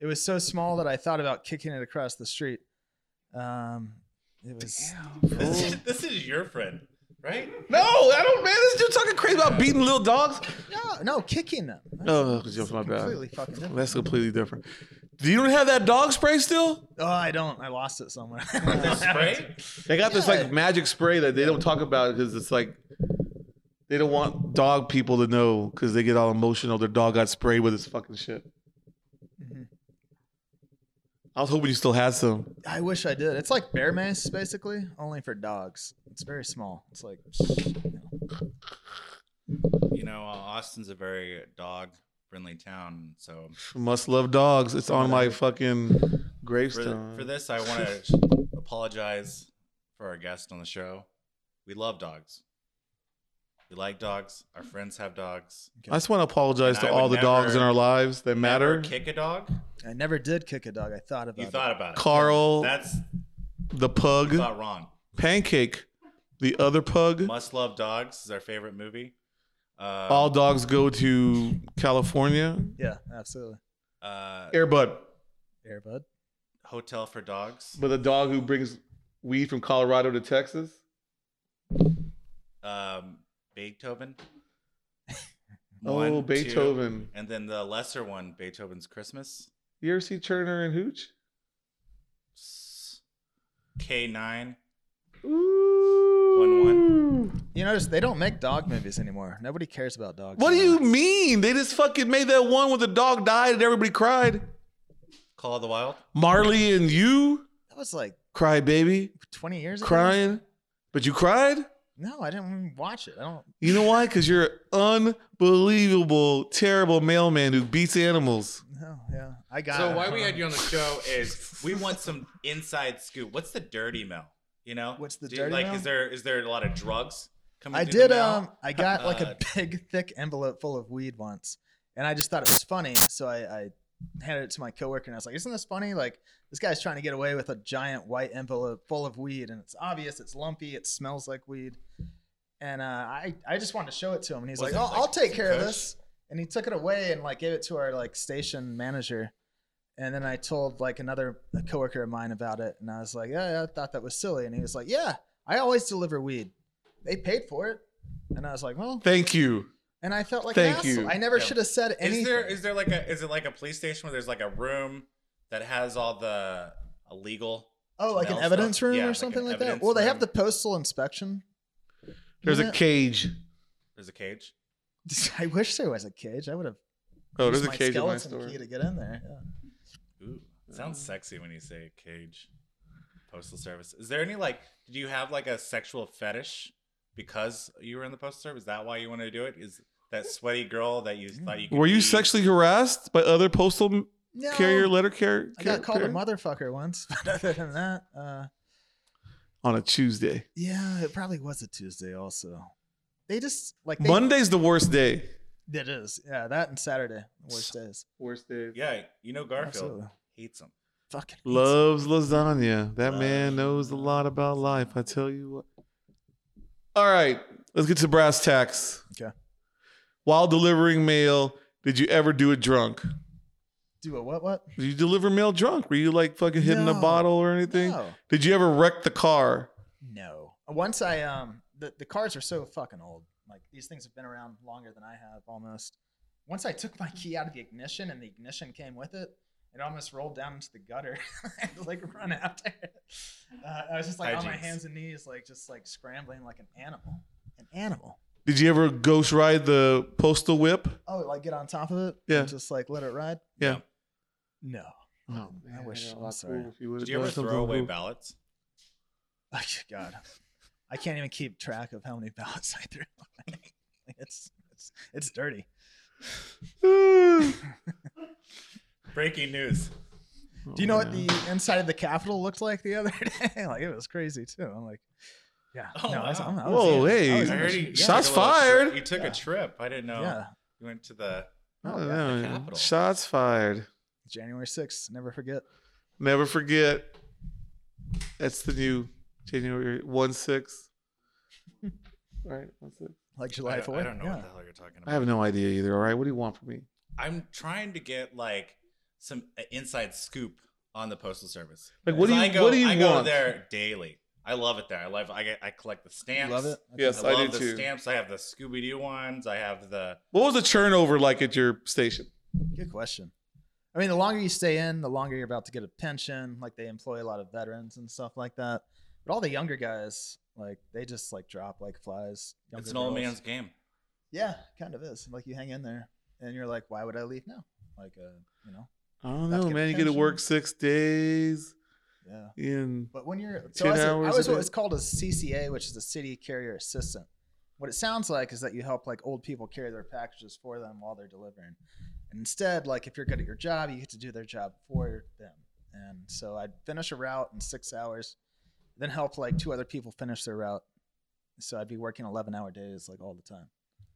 Speaker 4: It was so small that I thought about kicking it across the street. Um, it was.
Speaker 2: This is, this is your friend, right?
Speaker 3: (laughs) No, I don't, man. This dude talking crazy about beating little dogs.
Speaker 4: No, no, kicking them. That's
Speaker 3: Oh, that's my bad.
Speaker 4: completely fucking different.
Speaker 3: That's completely different. Do you don't have that dog spray still?
Speaker 4: Oh, I don't. I lost it somewhere.
Speaker 2: This
Speaker 4: (laughs)
Speaker 2: spray?
Speaker 3: They got this like
Speaker 4: Yeah.
Speaker 3: magic spray that they don't talk about because it's like they don't want dog people to know because they get all emotional. Their dog got sprayed with this fucking shit. I was hoping you still had some.
Speaker 4: I wish I did. It's like bear mace, basically, only for dogs. It's very small. It's like
Speaker 2: you know, uh, Austin's a very dog friendly town. So
Speaker 3: Must love dogs. It's on my fucking
Speaker 2: for,
Speaker 3: gravestone.
Speaker 4: uh,
Speaker 2: for this, I want
Speaker 4: (laughs)
Speaker 2: to apologize for our guest on the show. We love dogs. We like dogs. Our friends have dogs.
Speaker 3: I just want to apologize
Speaker 2: And
Speaker 3: to
Speaker 2: I
Speaker 3: all the
Speaker 2: would
Speaker 3: dogs in
Speaker 2: never-
Speaker 3: our lives that
Speaker 2: Never
Speaker 3: matter.
Speaker 2: Kick a dog?
Speaker 4: I never did kick a dog. I thought about
Speaker 2: You
Speaker 4: it.
Speaker 2: thought about it.
Speaker 3: Carl,
Speaker 2: That's
Speaker 3: the pug,
Speaker 2: you thought wrong.
Speaker 3: Pancake, the other pug.
Speaker 2: Must Love Dogs is our favorite movie. Uh,
Speaker 3: all dogs go to California.
Speaker 4: Yeah, absolutely.
Speaker 2: uh,
Speaker 3: Airbud,
Speaker 4: Airbud.
Speaker 2: Hotel for Dogs.
Speaker 3: but the dog who brings weed from Colorado to Texas.
Speaker 2: Um, Beethoven.
Speaker 4: (laughs)
Speaker 2: One,
Speaker 3: Oh,
Speaker 2: two,
Speaker 3: Beethoven.
Speaker 2: and then the lesser one, Beethoven's Christmas.
Speaker 3: You ever see Turner and Hooch?
Speaker 2: K nine.
Speaker 3: Ooh.
Speaker 2: One,
Speaker 4: You notice they don't make dog movies anymore. Nobody cares about dogs.
Speaker 3: What do you
Speaker 4: anymore.
Speaker 3: mean? They just fucking made that one where the dog died and everybody cried.
Speaker 2: Call of the Wild.
Speaker 3: Marley and you
Speaker 4: That was like
Speaker 3: cry, baby,
Speaker 4: 20 years ago.
Speaker 3: crying, but you cried.
Speaker 4: No, I didn't even watch it. I don't.
Speaker 3: You know why? Because you're an unbelievable, terrible mailman who beats animals.
Speaker 4: No, yeah. I got
Speaker 5: So
Speaker 4: it.
Speaker 5: why we had you on the show is
Speaker 2: We want some inside scoop. What's the dirty mail? You know.
Speaker 4: What's the
Speaker 2: Do-
Speaker 4: dirty
Speaker 2: like?
Speaker 4: mail?
Speaker 2: Is there is there a lot of drugs coming?
Speaker 4: I
Speaker 2: through the
Speaker 4: did.
Speaker 2: mail?
Speaker 4: Um, I
Speaker 2: (laughs)
Speaker 4: got like
Speaker 2: Uh,
Speaker 4: a big, thick envelope full of weed once, and I just thought it was funny, so I, I handed it to my coworker, and I was like, "Isn't this funny? Like, this guy's trying to get away with a giant white envelope full of weed, and it's obvious, it's lumpy, it smells like weed." And uh, I, I just wanted to show it to him, and he's
Speaker 2: Was
Speaker 4: like,
Speaker 2: it,
Speaker 4: "Oh,
Speaker 2: like,
Speaker 4: I'll take care of
Speaker 2: kush?
Speaker 4: this," and he took it away and like gave it to our like station manager. And then I told like another a coworker of mine about it, and I was like, "Yeah, yeah, I thought that was silly." And he was like, "Yeah, I always deliver weed. They paid for it." And I was like, "Well,"
Speaker 3: Thank you.
Speaker 4: and I felt like
Speaker 3: Thank
Speaker 4: an asshole.
Speaker 3: you.
Speaker 4: I never
Speaker 2: Yeah.
Speaker 4: should have said anything.
Speaker 2: Is there is there like a is it like a police station where there's like a room that has all the illegal?
Speaker 4: oh, like an
Speaker 2: smell
Speaker 4: evidence
Speaker 2: stuff?
Speaker 4: room
Speaker 2: Yeah, like
Speaker 4: or
Speaker 2: an
Speaker 4: something like, that.
Speaker 2: evidence
Speaker 4: Well, they have
Speaker 2: room.
Speaker 4: the postal inspection.
Speaker 3: There's a
Speaker 4: (laughs) unit.
Speaker 3: cage.
Speaker 2: There's a cage.
Speaker 4: I wish there was a cage. I would have.
Speaker 3: Oh, there's a
Speaker 4: used my
Speaker 3: cage in my
Speaker 4: skeleton
Speaker 3: store.
Speaker 4: key to get in there. Yeah.
Speaker 2: Ooh, it sounds
Speaker 4: Mm.
Speaker 2: sexy when you say cage. Postal service. Is there any like? Did you have like a sexual fetish because you were in the postal service? Is that why you wanted to do it? Is that sweaty girl that you thought you could
Speaker 3: Were you
Speaker 2: be-
Speaker 3: sexually harassed by other postal
Speaker 4: No,
Speaker 3: carrier letter carrier?
Speaker 4: I got called a
Speaker 3: carrier?
Speaker 4: motherfucker once. (laughs) But other than that, uh,
Speaker 3: on a Tuesday.
Speaker 4: yeah, it probably was a Tuesday. Also, they just like they,
Speaker 3: Monday's the worst day.
Speaker 4: It is. Yeah, that and Saturday, worst days.
Speaker 3: Worst day.
Speaker 2: Yeah, you know Garfield
Speaker 4: Absolutely.
Speaker 2: hates him.
Speaker 4: Fucking hates it.
Speaker 3: Loves lasagna. That man
Speaker 2: Love-
Speaker 3: knows a lot about life. I tell you what. All right, let's get to brass tacks.
Speaker 4: Okay.
Speaker 3: While delivering mail, did you ever do it drunk?
Speaker 4: Do a what? What?
Speaker 3: Did you deliver mail drunk? Were you like fucking hitting a
Speaker 4: No.
Speaker 3: bottle or anything?
Speaker 4: No.
Speaker 3: Did you ever wreck the car?
Speaker 4: No. Once I um the, the cars are so fucking old. Like these things have been around longer than I have almost. Once I took my key out of the ignition and the ignition came with it, it almost rolled down into the gutter. (laughs) I had to like run after it. Uh, I was just like on my
Speaker 2: Hijinks.
Speaker 4: hands and knees, like just like scrambling like an animal. An animal.
Speaker 3: Did you ever ghost ride the postal whip?
Speaker 4: Oh, like get on top of it.
Speaker 3: Yeah.
Speaker 4: And just like let it ride.
Speaker 3: Yeah.
Speaker 4: No. (laughs)
Speaker 3: Oh,
Speaker 4: man, wish- I'm sorry.
Speaker 2: Did you ever throw away
Speaker 4: (laughs)
Speaker 2: ballots?
Speaker 4: Oh, God. I can't even keep track of how many (laughs) ballots I threw. (laughs) Like, it's, it's it's dirty.
Speaker 2: Breaking news.
Speaker 3: Oh,
Speaker 4: Do you know what the inside of the Capitol looked like the (laughs) other day? like it was crazy too. I'm like, yeah.
Speaker 2: Oh,
Speaker 4: I was-
Speaker 2: wow.
Speaker 4: I'm- I was
Speaker 3: Whoa,
Speaker 4: in. I
Speaker 3: hey.
Speaker 4: was
Speaker 2: I
Speaker 4: in.
Speaker 2: heard you, you
Speaker 4: yeah.
Speaker 3: Oh, Shots
Speaker 2: took a little trip-
Speaker 3: fired.
Speaker 2: You took
Speaker 4: Yeah.
Speaker 2: a trip. I didn't know.
Speaker 4: yeah.
Speaker 2: You went to the.
Speaker 3: I
Speaker 4: Oh,
Speaker 3: don't
Speaker 4: yeah.
Speaker 3: know.
Speaker 2: the Capitol.
Speaker 3: Shots fired.
Speaker 4: January 6th. Never forget.
Speaker 3: Never forget. That's the new January one six. (laughs) Right, one six.
Speaker 4: Like
Speaker 2: I
Speaker 4: July
Speaker 2: don't,
Speaker 4: 4th.
Speaker 2: I don't know
Speaker 4: yeah.
Speaker 2: what the hell you're talking
Speaker 3: I
Speaker 2: about.
Speaker 3: have no idea either. All right, what do you want from me?
Speaker 2: I'm trying to get like some uh, inside scoop on the postal service.
Speaker 3: Like, what do
Speaker 2: 'Cause
Speaker 3: you
Speaker 2: I go,
Speaker 3: what do you
Speaker 2: I go
Speaker 3: want?
Speaker 2: there daily. I love it there. I love. I get. I collect the
Speaker 4: You
Speaker 2: stamps.
Speaker 4: love it. Okay.
Speaker 3: Yes,
Speaker 2: I
Speaker 3: I,
Speaker 2: love
Speaker 3: do
Speaker 2: the
Speaker 3: too.
Speaker 2: stamps. I have the Scooby Doo ones. I have the.
Speaker 3: What was the turnover like at your station?
Speaker 4: Good question. I mean, the longer you stay in, the longer you're about to get a pension. Like they employ a lot of veterans and stuff like that. But all the younger guys, like they just like drop like flies.
Speaker 2: it's
Speaker 4: Younger
Speaker 2: an old
Speaker 4: girls.
Speaker 2: man's game.
Speaker 4: Yeah, kind of is. Like you hang in there, and you're like, why would I leave now? Like, uh, you know,
Speaker 3: I don't
Speaker 4: About to
Speaker 3: know,
Speaker 4: get
Speaker 3: man. You get to
Speaker 4: pension.
Speaker 3: work six days
Speaker 4: yeah.
Speaker 3: in
Speaker 4: But when you're so
Speaker 3: 10
Speaker 4: I was, a- I
Speaker 3: hours
Speaker 4: was
Speaker 3: a
Speaker 4: what
Speaker 3: day.
Speaker 4: was called a CCA, which is a city carrier assistant. What it sounds like is that you help like old people carry their packages for them while they're delivering. And instead, like if you're good at your job, you get to do their job for them. And so I'd finish a route in six hours, then help like two other people finish their route. So I'd be working eleven hour days like all the time.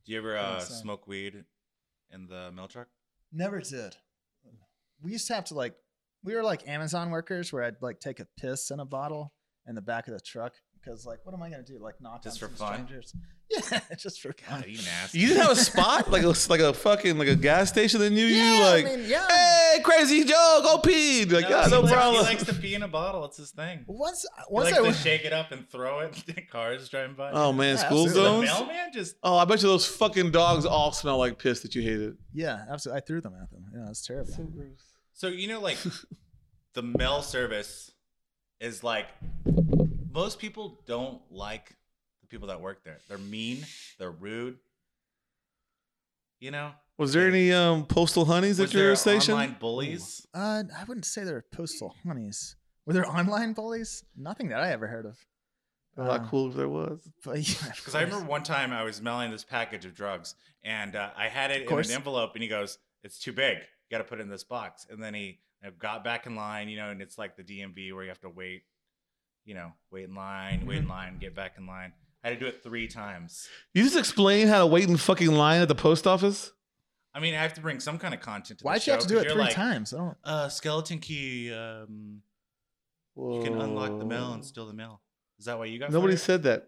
Speaker 2: Do you ever
Speaker 4: I
Speaker 2: uh,
Speaker 4: think so.
Speaker 2: smoke weed in the mail truck?
Speaker 4: Never did. We used to have to like we were like Amazon workers where I'd like take a piss in a bottle in the back of the truck because like what am I gonna do? Like knock
Speaker 2: Just
Speaker 4: on
Speaker 2: for
Speaker 4: some
Speaker 2: fun?
Speaker 4: strangers? (laughs) Yeah, just for fun.
Speaker 2: God, you nasty.
Speaker 3: Uh, You didn't
Speaker 2: (laughs)
Speaker 3: have a spot like a like a fucking like a gas station that knew you
Speaker 4: (laughs) yeah,
Speaker 3: like.
Speaker 4: I mean, yeah.
Speaker 3: Hey, crazy Joe, go pee. Like, yeah,
Speaker 2: he
Speaker 3: no
Speaker 2: likes-
Speaker 3: problem.
Speaker 2: He likes to pee in a bottle. It's his thing. He
Speaker 4: Once once
Speaker 2: likes
Speaker 4: I
Speaker 2: to
Speaker 4: went,
Speaker 2: shake it up and throw it. (laughs) at Cars driving by.
Speaker 3: oh man,
Speaker 4: Yeah,
Speaker 3: school
Speaker 4: absolutely.
Speaker 2: the
Speaker 3: zones.
Speaker 2: mailman just
Speaker 3: Oh, I bet you those fucking dogs all smell like piss that you hated.
Speaker 4: yeah, absolutely. I threw them at them. Yeah, that's terrible.
Speaker 2: So you know, like the mail service is like most people don't like the people that work there. They're mean. They're rude. You know,
Speaker 3: Was there any um postal honeys
Speaker 2: Was
Speaker 3: at your
Speaker 2: there
Speaker 3: station?
Speaker 2: online bullies.
Speaker 4: Uh, I wouldn't say they're postal honeys. Were there online bullies? Nothing that I ever heard of. (laughs)
Speaker 3: A lot
Speaker 4: Uh,
Speaker 3: cool if there was.
Speaker 4: But yeah,
Speaker 2: Because I remember one time I was mailing this package of drugs, and uh, I had it in
Speaker 4: course.
Speaker 2: an envelope, and he goes, "It's too big. You got to put it in this box." And then he I got back in line, you know, and it's like the DMV where you have to wait, you know, wait in line, wait in line, get back in line. I had to do it three times.
Speaker 3: You just explain how to wait in fucking line at the post office?
Speaker 2: I mean, I have to bring some kind of content to the
Speaker 4: Why'd you have
Speaker 2: show
Speaker 4: to do
Speaker 2: 'cause
Speaker 4: it
Speaker 2: you're
Speaker 4: three
Speaker 2: like,
Speaker 4: times? I don't.
Speaker 2: Uh, skeleton key. Um, you can unlock the mail and steal the mail. Is that why you got?
Speaker 3: Nobody
Speaker 2: fired?
Speaker 3: said that.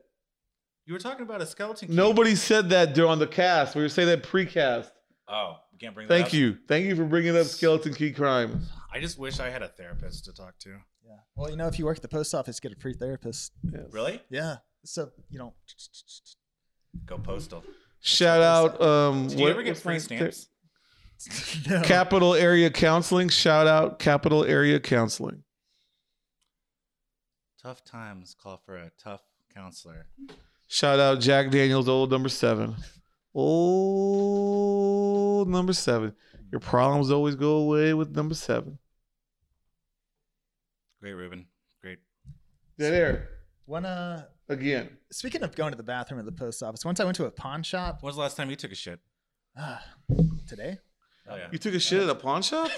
Speaker 2: You were talking about a skeleton key.
Speaker 3: Nobody said that during the cast. We were saying that pre-cast.
Speaker 2: Oh, we can't bring. That
Speaker 3: Thank
Speaker 2: up.
Speaker 3: you. Thank you for bringing up skeleton key crime.
Speaker 2: I just wish I had a therapist to talk to.
Speaker 4: Yeah. Well, you know, if you work at the post office, get a free therapist.
Speaker 3: Yes.
Speaker 2: Really?
Speaker 4: Yeah. So you don't.
Speaker 2: Go postal.
Speaker 3: Shout out. Um,
Speaker 2: Do you ever get
Speaker 3: what's
Speaker 2: free
Speaker 3: my-
Speaker 2: stamps?
Speaker 4: (laughs) No.
Speaker 3: Capital Area Counseling. Shout out Capital Area Counseling.
Speaker 2: Tough times call for a tough counselor.
Speaker 3: Shout out Jack Daniels, old number seven. Old number seven. Your problems always go away with number seven.
Speaker 2: Great, Ruben. Great.
Speaker 3: Dead air
Speaker 4: When uh,
Speaker 3: again.
Speaker 4: speaking of going to the bathroom at the post office, once I went to a pawn shop (sighs)
Speaker 2: When's the last time you took a shit?
Speaker 4: uh, today.
Speaker 2: Oh yeah.
Speaker 3: You took a shit at a pawn shop?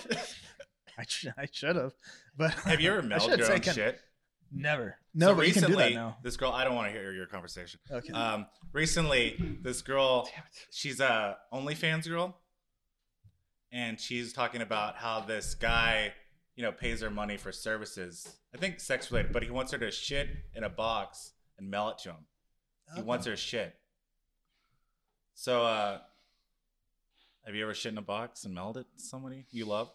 Speaker 4: I, sh- I should have, but
Speaker 2: Have you ever
Speaker 4: (laughs) I should
Speaker 2: mailed your
Speaker 4: have
Speaker 2: own
Speaker 4: taken-
Speaker 2: shit?
Speaker 4: Never. No,
Speaker 2: so
Speaker 4: but
Speaker 2: recently,
Speaker 4: you can do that now.
Speaker 2: this girl. I don't want to hear your conversation.
Speaker 4: Okay.
Speaker 2: Um, recently, this girl, she's a OnlyFans girl, and she's talking about how this guy, you know, pays her money for services. I think sex related, but he wants her to shit in a box and mail it to him. He
Speaker 4: Okay. (laughs)
Speaker 2: wants her shit. So, uh, have you ever shit in a box and mailed it to somebody you love?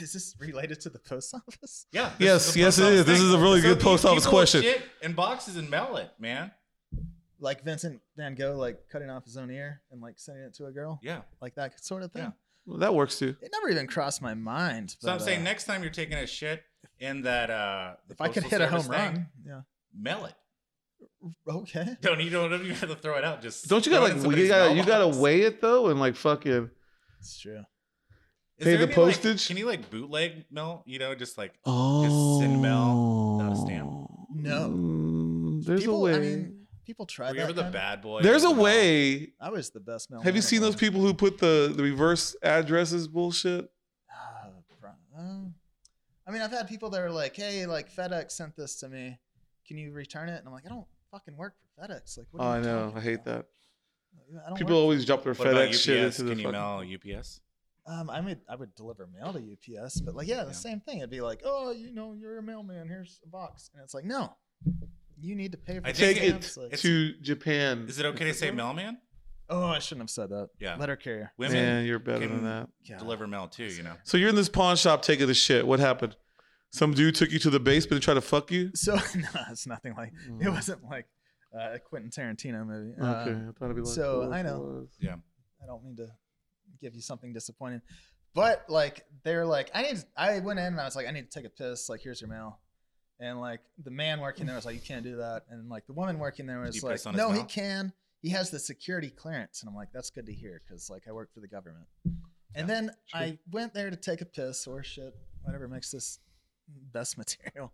Speaker 4: Is this related to the post office? (laughs)
Speaker 2: Yeah.
Speaker 3: Yes,
Speaker 2: this the
Speaker 3: yes,
Speaker 2: post
Speaker 3: it
Speaker 2: office
Speaker 3: is. This
Speaker 2: thing.
Speaker 3: is a really
Speaker 2: So
Speaker 3: good
Speaker 2: these
Speaker 3: post office
Speaker 2: people will
Speaker 3: question.
Speaker 2: Shit in boxes and mail it, man.
Speaker 4: Like Vincent Van Gogh, like cutting off his own ear and like sending it to a girl,
Speaker 2: Yeah.
Speaker 4: like that sort of thing.
Speaker 2: Yeah.
Speaker 3: Well, that works too.
Speaker 4: It never even crossed my mind.
Speaker 2: So I'm
Speaker 4: but,
Speaker 2: saying
Speaker 4: uh,
Speaker 2: next time you're taking a shit in that uh the
Speaker 4: if I could
Speaker 2: postal
Speaker 4: hit a home
Speaker 2: service thing,
Speaker 4: run, yeah.
Speaker 2: mail it. (laughs)
Speaker 4: Okay.
Speaker 2: Don't you don't, even have to throw it out. Just
Speaker 3: Don't you
Speaker 2: throw
Speaker 3: got
Speaker 2: it in
Speaker 3: like
Speaker 2: somebody's
Speaker 3: you gotta you
Speaker 2: mailbox.
Speaker 3: gotta weigh it though and like fucking
Speaker 4: It's true.
Speaker 2: Is
Speaker 3: pay
Speaker 2: there
Speaker 3: the
Speaker 2: any, like-
Speaker 3: postage?
Speaker 2: can you like bootleg mail? You know, just like
Speaker 3: oh
Speaker 2: send mail, not a stamp.
Speaker 4: No.
Speaker 3: Mm, there's a
Speaker 4: people,
Speaker 3: way.
Speaker 4: I mean, people try
Speaker 2: were you ever
Speaker 4: that.
Speaker 2: the
Speaker 4: kind of-
Speaker 2: bad boy?
Speaker 3: there's a
Speaker 2: with the mail?
Speaker 3: way.
Speaker 4: I was the best mailman.
Speaker 3: Have you seen
Speaker 4: of all.
Speaker 3: those people who put the, the reverse addresses bullshit?
Speaker 4: Ah, pro- (sighs) uh, I mean, I've had people that are like, "Hey, like FedEx sent this to me. Can you return it?" And I'm like, "I don't fucking work for FedEx. Like, what
Speaker 3: Oh,
Speaker 4: are
Speaker 3: I
Speaker 4: you
Speaker 3: know.
Speaker 4: talking
Speaker 3: I hate
Speaker 4: about?
Speaker 3: that.
Speaker 4: I don't
Speaker 3: People
Speaker 4: work-
Speaker 3: always drop their
Speaker 2: What about
Speaker 3: FedEx
Speaker 2: UPS?
Speaker 3: shit into the
Speaker 2: Can you
Speaker 3: fucking.
Speaker 2: mail UPS?
Speaker 4: Um, I would I would deliver mail to UPS, but like, yeah, the
Speaker 2: Yeah.
Speaker 4: same thing. It'd be like, "Oh, you know, you're a mailman. Here's a box," and it's like, "No, you need to pay for
Speaker 2: I
Speaker 4: the
Speaker 2: think
Speaker 3: Take it
Speaker 4: stamps, like-
Speaker 2: it's-
Speaker 3: to Japan.
Speaker 2: Is it okay to say mailman?
Speaker 4: oh, I shouldn't have said that.
Speaker 2: Yeah.
Speaker 4: letter carrier.
Speaker 2: Women
Speaker 3: Man, you're better
Speaker 2: can
Speaker 3: than that.
Speaker 4: Yeah.
Speaker 2: deliver mail too. You know.
Speaker 3: So you're in this pawn shop taking the shit. What happened? Some dude took you to the basement and tried to fuck
Speaker 2: (laughs)
Speaker 3: you.
Speaker 4: So (laughs) no, it's nothing like it
Speaker 3: Mm.
Speaker 4: wasn't like uh, a Quentin Tarantino movie. Uh,
Speaker 3: Okay, I thought it'd be like.
Speaker 4: so
Speaker 3: what
Speaker 4: I
Speaker 3: it
Speaker 4: know.
Speaker 3: was.
Speaker 4: I don't mean to give you something disappointing, but like they're like, I need. I went in and I was like, I need to take a piss. Like, here's your mail. And like the man working there was like, you can't do that. And like the woman working there
Speaker 2: he
Speaker 4: was
Speaker 2: piss
Speaker 4: like,
Speaker 2: on his
Speaker 4: no, he
Speaker 2: mail?
Speaker 4: can. He has the security clearance. And I'm like, that's good to hear because like I work for the government. And then I went there to take a piss or shit, whatever makes this best material.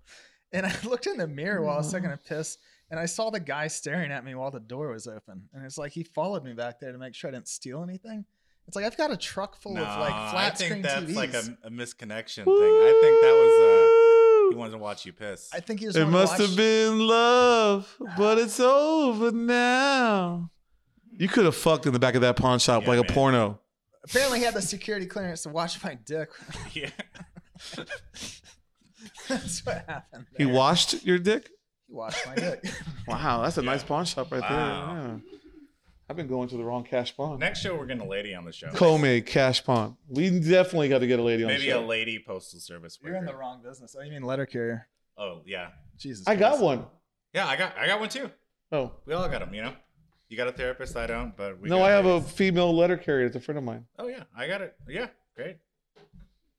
Speaker 4: And I (laughs) looked in the mirror while I was taking
Speaker 3: Mm.
Speaker 4: a piss, and I saw the guy staring at me while the door was open. And it's like he followed me back there to make sure I didn't steal anything. It's like I've got a truck full
Speaker 2: Nah,
Speaker 4: of like flat
Speaker 2: I think
Speaker 4: screen
Speaker 2: that's
Speaker 4: TVs.
Speaker 2: like a, a misconnection thing. I think that was uh, he wanted to watch you piss.
Speaker 4: I think he just
Speaker 3: It
Speaker 4: wanted to
Speaker 3: must have
Speaker 4: watch-
Speaker 3: been love, but it's over now. You could have fucked in the back of that pawn shop
Speaker 2: Yeah,
Speaker 3: like a
Speaker 2: man.
Speaker 3: porno.
Speaker 4: Apparently, he had the security clearance to watch my dick. (laughs)
Speaker 2: (laughs) yeah.
Speaker 4: that's what happened.
Speaker 3: He
Speaker 4: there.
Speaker 3: washed your dick?
Speaker 4: He watched my
Speaker 3: (laughs)
Speaker 4: dick.
Speaker 3: Wow, that's a nice pawn shop right
Speaker 2: Wow.
Speaker 3: there. Yeah. I've been going to the wrong cash pawn.
Speaker 2: Next show we're getting a lady on the show.
Speaker 3: Comey cash pawn. We definitely got to get a lady on
Speaker 2: Maybe
Speaker 3: the
Speaker 2: a
Speaker 3: show.
Speaker 2: lady postal service.
Speaker 4: You're in the
Speaker 2: worker.
Speaker 4: wrong business. Oh, you mean letter carrier?
Speaker 2: Oh yeah,
Speaker 4: Jesus.
Speaker 3: I got
Speaker 4: Christ.
Speaker 3: one.
Speaker 2: yeah. I got I got one too.
Speaker 3: Oh
Speaker 2: We all got them. You know, you got a therapist. I don't, but we.
Speaker 3: no,
Speaker 2: got
Speaker 3: I have a
Speaker 2: ladies.
Speaker 3: female letter carrier. It's a friend of mine.
Speaker 2: Oh yeah, I got it. Yeah, great.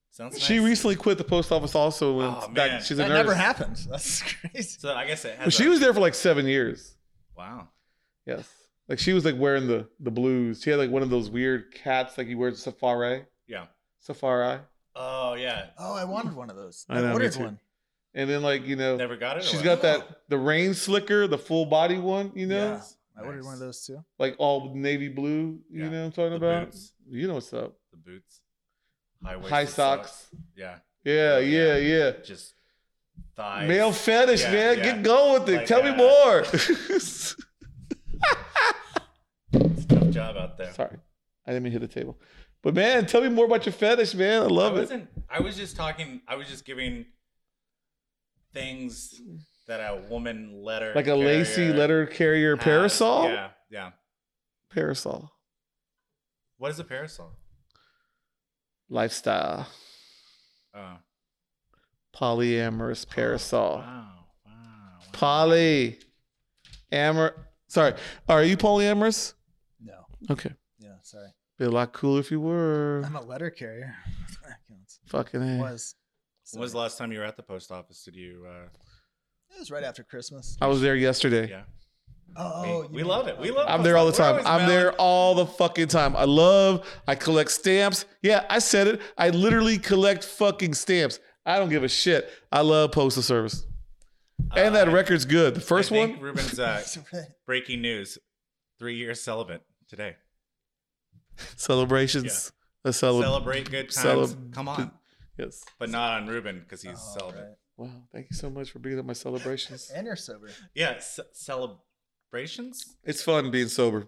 Speaker 2: Sounds.
Speaker 3: She
Speaker 2: nice.
Speaker 3: recently quit the post office. Also, and
Speaker 2: Oh,
Speaker 3: back-
Speaker 2: man.
Speaker 3: she's a
Speaker 4: That
Speaker 3: nurse.
Speaker 4: never happened. That's (laughs) crazy.
Speaker 2: So I guess it
Speaker 3: But
Speaker 2: has.
Speaker 3: she
Speaker 2: a-
Speaker 3: was there for like seven years.
Speaker 2: Wow.
Speaker 3: Yes, like she was like wearing the the blues. She had like one of those weird caps like you wear to safari,
Speaker 2: Yeah.
Speaker 3: safari,
Speaker 2: Oh yeah.
Speaker 4: Oh, I wanted one of those.
Speaker 3: I
Speaker 4: I,
Speaker 3: know, me
Speaker 4: ordered
Speaker 3: too.
Speaker 4: one.
Speaker 3: and then like you know
Speaker 2: Never got it. or
Speaker 3: she's
Speaker 2: what?
Speaker 3: got that the rain slicker, the full body one. You know,
Speaker 2: Oh.
Speaker 4: Yeah. I ordered
Speaker 2: Nice.
Speaker 4: one of those too.
Speaker 3: like all navy blue. You know
Speaker 2: Yeah,
Speaker 3: what I'm talking
Speaker 2: the
Speaker 3: about?
Speaker 2: boots.
Speaker 3: You know what's up?
Speaker 2: the boots, high waisted
Speaker 3: High socks.
Speaker 2: Yeah,
Speaker 3: Yeah,
Speaker 2: Oh, Yeah.
Speaker 3: yeah, yeah.
Speaker 2: just thighs.
Speaker 3: Male fetish,
Speaker 2: Yeah,
Speaker 3: man.
Speaker 2: yeah.
Speaker 3: Get going with it.
Speaker 2: Like,
Speaker 3: Tell
Speaker 2: uh,
Speaker 3: me
Speaker 2: (laughs)
Speaker 3: more. (laughs)
Speaker 2: Tough job out there.
Speaker 3: Sorry, I didn't mean to hit the table. But man, tell me more about your fetish, man. I love
Speaker 2: I
Speaker 3: it.
Speaker 2: wasn't. I was just talking. I was just giving things that a woman letter
Speaker 3: Like a lacy
Speaker 2: carrier
Speaker 3: letter carrier
Speaker 2: has.
Speaker 3: parasol.
Speaker 2: Yeah, yeah.
Speaker 3: Parasol
Speaker 2: What is a parasol?
Speaker 3: lifestyle.
Speaker 2: Oh,
Speaker 3: Polyamorous parasol.
Speaker 2: wow, wow. wow.
Speaker 3: Poly. Amor. Sorry. Are you polyamorous?
Speaker 4: No.
Speaker 3: Okay.
Speaker 4: Yeah, sorry.
Speaker 3: Be a lot cooler if you were.
Speaker 4: I'm a letter carrier. (laughs) That counts.
Speaker 3: Fucking A.
Speaker 4: Was.
Speaker 2: When was the last time you were at the post office? Did you? Uh,
Speaker 4: It was right after Christmas.
Speaker 3: I was there yesterday.
Speaker 2: yeah.
Speaker 4: Oh,
Speaker 2: we,
Speaker 4: you
Speaker 2: we
Speaker 4: (laughs) mean-
Speaker 2: love it. We love.
Speaker 3: I'm
Speaker 2: post
Speaker 3: there all the
Speaker 2: office. We're
Speaker 3: time.
Speaker 2: always
Speaker 3: I'm
Speaker 2: mailing.
Speaker 3: there all the fucking time. I love, I collect stamps. Yeah, I said it. I literally collect fucking stamps. I don't give a shit. I love postal service. And that
Speaker 2: Uh,
Speaker 3: record's good. The
Speaker 2: I
Speaker 3: first
Speaker 2: think
Speaker 3: one, (laughs)
Speaker 2: Ruben's uh,
Speaker 4: That's right.
Speaker 2: breaking news: three years celibate today.
Speaker 3: celebrations. A celeb-
Speaker 2: Celebrate good times.
Speaker 3: celeb-
Speaker 2: Come on,
Speaker 3: yes.
Speaker 2: but not on Ruben because he's
Speaker 4: Oh,
Speaker 2: celibate.
Speaker 4: right.
Speaker 3: Wow. Thank you so much for bringing up my celebrations.
Speaker 4: And you're sober.
Speaker 2: (laughs) Yeah, ce- celebrations.
Speaker 3: it's fun being sober,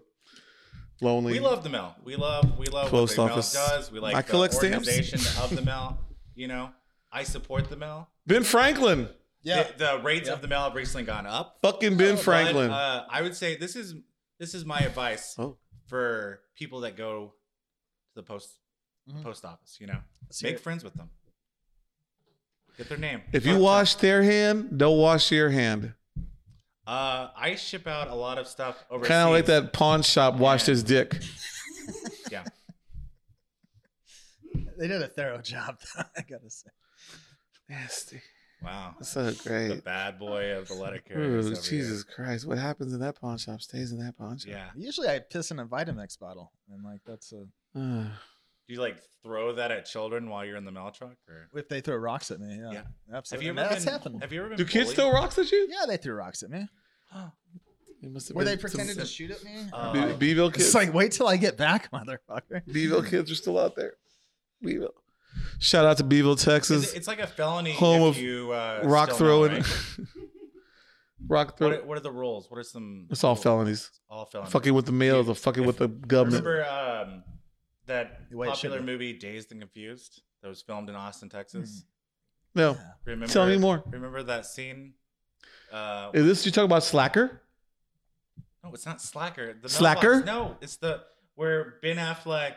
Speaker 3: lonely.
Speaker 2: We love the mail. We love we love
Speaker 3: Post
Speaker 2: what the
Speaker 3: office.
Speaker 2: mail does. We like
Speaker 3: I
Speaker 2: the
Speaker 3: collect stamps.
Speaker 2: organization
Speaker 3: (laughs)
Speaker 2: of the mail. You know, I support the mail.
Speaker 3: Ben Franklin.
Speaker 4: Yeah.
Speaker 2: The, the rates
Speaker 4: Yeah.
Speaker 2: of the mail have recently gone up.
Speaker 3: Fucking Ben
Speaker 2: But,
Speaker 3: Franklin.
Speaker 2: uh, I would say this is this is my advice
Speaker 3: Oh.
Speaker 2: for people that go to the post
Speaker 4: Mhm.
Speaker 2: post office. You know,
Speaker 4: Let's hear
Speaker 2: make
Speaker 4: it.
Speaker 2: friends with them. Get their name.
Speaker 3: if you
Speaker 2: Fuck them.
Speaker 3: wash their hand, don't wash your hand.
Speaker 2: Uh, I ship out a lot of stuff overseas.
Speaker 3: Kind of like that pawn shop washed his dick.
Speaker 2: Yeah.
Speaker 4: They did a thorough (laughs) job, though, I gotta say.
Speaker 3: Nasty.
Speaker 2: Wow.
Speaker 3: So
Speaker 2: The
Speaker 3: great.
Speaker 2: bad boy of the letter carriers.
Speaker 3: Ooh,
Speaker 2: over
Speaker 3: Jesus Christ. What happens in that pawn shop stays in that pawn shop.
Speaker 2: here. Yeah.
Speaker 4: Usually I piss in a Vitamix bottle, and like that's a
Speaker 3: Yeah.
Speaker 2: Do you like throw that at children while you're in the mail truck? Or
Speaker 4: if they throw rocks at me. Yeah,
Speaker 2: Yeah. Have
Speaker 4: absolutely.
Speaker 2: you
Speaker 4: And
Speaker 2: ever
Speaker 4: that's
Speaker 2: been,
Speaker 4: happened.
Speaker 2: Have you ever been
Speaker 3: Do kids throw
Speaker 2: bullied?
Speaker 3: rocks at you?
Speaker 4: yeah, they threw rocks at me.
Speaker 3: It must have
Speaker 4: Where
Speaker 3: been
Speaker 4: they pretended
Speaker 3: some-
Speaker 4: to shoot at me.
Speaker 2: Uh,
Speaker 3: B- Beeville kids.
Speaker 4: it's like wait till I get back, (laughs) motherfucker.
Speaker 3: Beeville kids are still out there. Beeville. Shout out to Beeville, Texas.
Speaker 2: It's, it's like a felony
Speaker 3: Home
Speaker 2: if
Speaker 3: of
Speaker 2: you uh,
Speaker 3: rock
Speaker 2: still know,
Speaker 3: throwing.
Speaker 2: right?
Speaker 3: (laughs) rock
Speaker 2: What
Speaker 3: throwing.
Speaker 2: are, what are the rules? What are some?
Speaker 3: It's all
Speaker 2: rules?
Speaker 3: felonies.
Speaker 2: All felonies.
Speaker 3: Fucking with the mails or fucking with the government.
Speaker 2: Remember um, that
Speaker 4: Wait,
Speaker 2: popular
Speaker 4: shouldn't-
Speaker 2: movie Dazed and Confused that was filmed in Austin, Texas?
Speaker 3: no.
Speaker 2: Remember?
Speaker 3: Tell me more.
Speaker 2: Remember that scene? Uh,
Speaker 3: Is this you talking about slacker?
Speaker 2: No, it's not Slacker. The mailbox.
Speaker 3: Slacker?
Speaker 2: No, it's the where Ben Affleck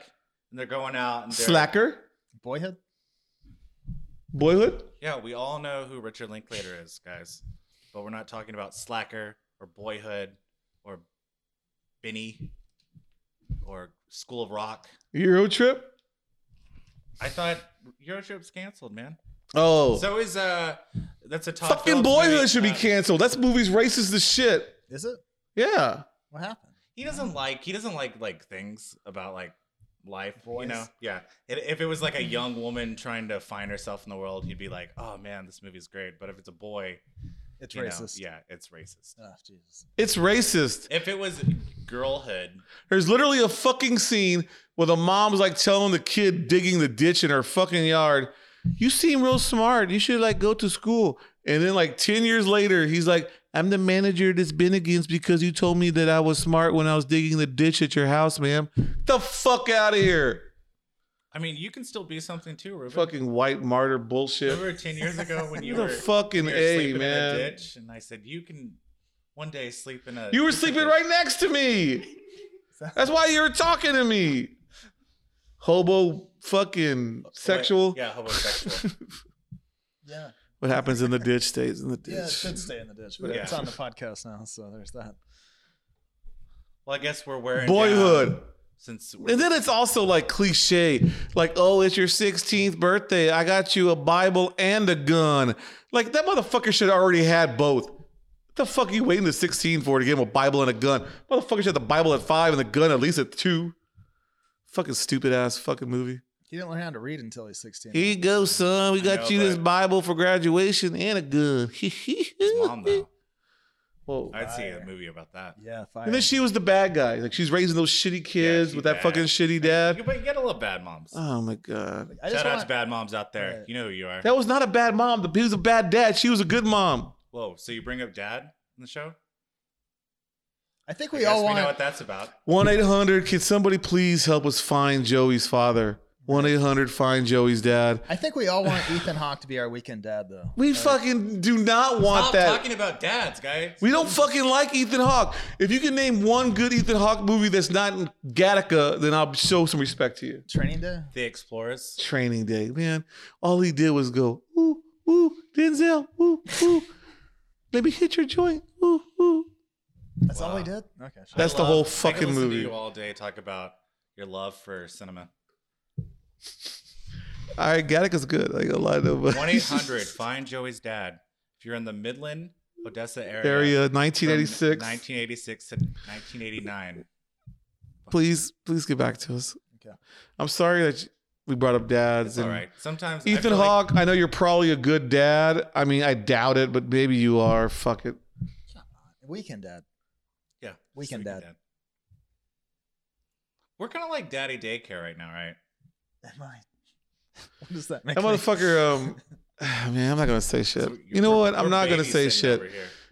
Speaker 2: and they're going out and they're,
Speaker 3: Slacker?
Speaker 4: Boyhood.
Speaker 3: Boyhood?
Speaker 2: Yeah, we all know who Richard Linklater is, guys, but we're not talking about Slacker or Boyhood or Benny or School of Rock.
Speaker 3: Euro trip?
Speaker 2: I thought Eurotrip's canceled, man.
Speaker 3: Oh.
Speaker 2: So is uh, that's a top
Speaker 3: fucking
Speaker 2: Phillips
Speaker 3: boyhood
Speaker 2: movie.
Speaker 3: should be
Speaker 2: Uh,
Speaker 3: canceled. That's movie's racist as shit.
Speaker 4: Is it?
Speaker 3: Yeah.
Speaker 4: What happened?
Speaker 2: He doesn't like he doesn't like like things about like life.
Speaker 4: Voice.
Speaker 2: You know, yeah. If if it was like a young woman trying to find herself in the world, you'd be like, "Oh man, this movie's great." But if it's a boy,
Speaker 4: It's
Speaker 2: you know,
Speaker 4: racist.
Speaker 2: yeah, it's racist.
Speaker 4: Oh,
Speaker 2: (laughs)
Speaker 4: Jesus.
Speaker 3: It's racist.
Speaker 2: If it was girlhood,
Speaker 3: There's literally a fucking scene where the mom's like telling the kid digging the ditch in her fucking yard, "You seem real smart. You should like go to school." And then like ten years later, he's like, "I'm the manager that's been against because you told me that I was smart when I was digging the ditch at your house, ma'am." Get the fuck out of here,
Speaker 2: I mean, you can still be something too, Ruben.
Speaker 3: fucking white martyr bullshit.
Speaker 2: Remember ten years ago when you
Speaker 3: the
Speaker 2: were
Speaker 3: fucking
Speaker 2: you were
Speaker 3: a
Speaker 2: sleeping in a
Speaker 3: man.
Speaker 2: ditch, and I said you can one day sleep in a.
Speaker 3: You were sleeping right next to me. That's why you were talking to me. Hobo fucking sexual.
Speaker 2: Yeah, homosexual.
Speaker 4: (laughs) Yeah.
Speaker 3: What happens in the ditch stays in the ditch.
Speaker 4: Yeah, it should stay in the ditch, but
Speaker 2: Yeah.
Speaker 4: it's on the podcast now, so there's that.
Speaker 2: well, I guess we're wearing down
Speaker 3: Boyhood.
Speaker 2: since we're,
Speaker 3: And then it's also like cliche, like, oh, it's your 16th birthday. I got you a Bible and a gun. Like, that motherfucker should have already had both. What the fuck are you waiting to 16 for to give him a Bible and a gun? Motherfucker should have the Bible at five and the gun at least at two. Fucking stupid ass fucking movie.
Speaker 4: He didn't learn how to read until he's 16.
Speaker 3: Here you go, son. We got
Speaker 2: know,
Speaker 3: you this
Speaker 2: but-
Speaker 3: Bible for graduation and a gun. (laughs)
Speaker 2: his mom though.
Speaker 3: Whoa.
Speaker 2: I'd see a
Speaker 4: Fire.
Speaker 2: movie about that.
Speaker 4: Yeah, fire.
Speaker 3: And then she was the bad guy. Like she's raising those shitty kids
Speaker 2: she
Speaker 3: with that
Speaker 2: bad.
Speaker 3: fucking shitty dad.
Speaker 2: You- But you get a little bad moms.
Speaker 3: Oh my god.
Speaker 4: I just
Speaker 2: Shout out to
Speaker 4: want,
Speaker 2: bad moms out there.
Speaker 4: Right.
Speaker 2: You know who you are.
Speaker 3: That was not a bad mom. The- He was a bad dad. She was a good mom.
Speaker 2: Whoa, so you bring up dad in the show?
Speaker 4: I think
Speaker 2: I
Speaker 4: we
Speaker 2: guess
Speaker 4: all
Speaker 2: we know
Speaker 4: want.
Speaker 2: what that's about.
Speaker 3: 1 800, can somebody please help us find Joey's father? 1 800, find Joey's dad.
Speaker 4: I think we all want Ethan Hawke to be our weekend dad, though.
Speaker 3: We fucking do not want
Speaker 2: Stop
Speaker 3: that.
Speaker 2: talking about dads, guys.
Speaker 3: we don't fucking like Ethan Hawke. If you can name one good Ethan Hawke movie that's not in Gattaca, then I'll show some respect to you.
Speaker 4: Training Day.
Speaker 2: The Explorers.
Speaker 3: Training Day, man. All he did was go, ooh, ooh, Denzel, ooh, ooh. Let me hit your joint. Ooh, ooh.
Speaker 4: That's all he did. Okay. Sure.
Speaker 3: That's
Speaker 2: I
Speaker 3: the whole
Speaker 2: love- I could
Speaker 3: fucking
Speaker 2: listen to
Speaker 3: movie.
Speaker 2: you all day talk about your love for cinema.
Speaker 3: All right, Gattaca's good. I ain't gonna lie to (laughs) nobody.
Speaker 2: 1 800, find Joey's dad. If you're in the Midland, Odessa area,
Speaker 3: Area
Speaker 2: from
Speaker 3: 1986.
Speaker 2: 1986 to 1989.
Speaker 3: please, please get back to us.
Speaker 4: Okay.
Speaker 3: I'm sorry that you- we brought up dads.
Speaker 2: It's all
Speaker 3: and
Speaker 2: right. Sometimes I
Speaker 3: Ethan
Speaker 2: feel like-
Speaker 3: Hawke, I know you're probably a good dad. I mean, I doubt it, but maybe you are. Fuck it.
Speaker 4: Weekend dad.
Speaker 2: Yeah.
Speaker 4: Weekend
Speaker 2: just
Speaker 4: Dad.
Speaker 2: We're kind of like daddy daycare right now, right?
Speaker 4: Am I? (laughs) What does that make?
Speaker 3: That
Speaker 2: (laughs)
Speaker 3: motherfucker. Um, (sighs) man, I'm not gonna say shit. you know what? I'm not gonna say shit.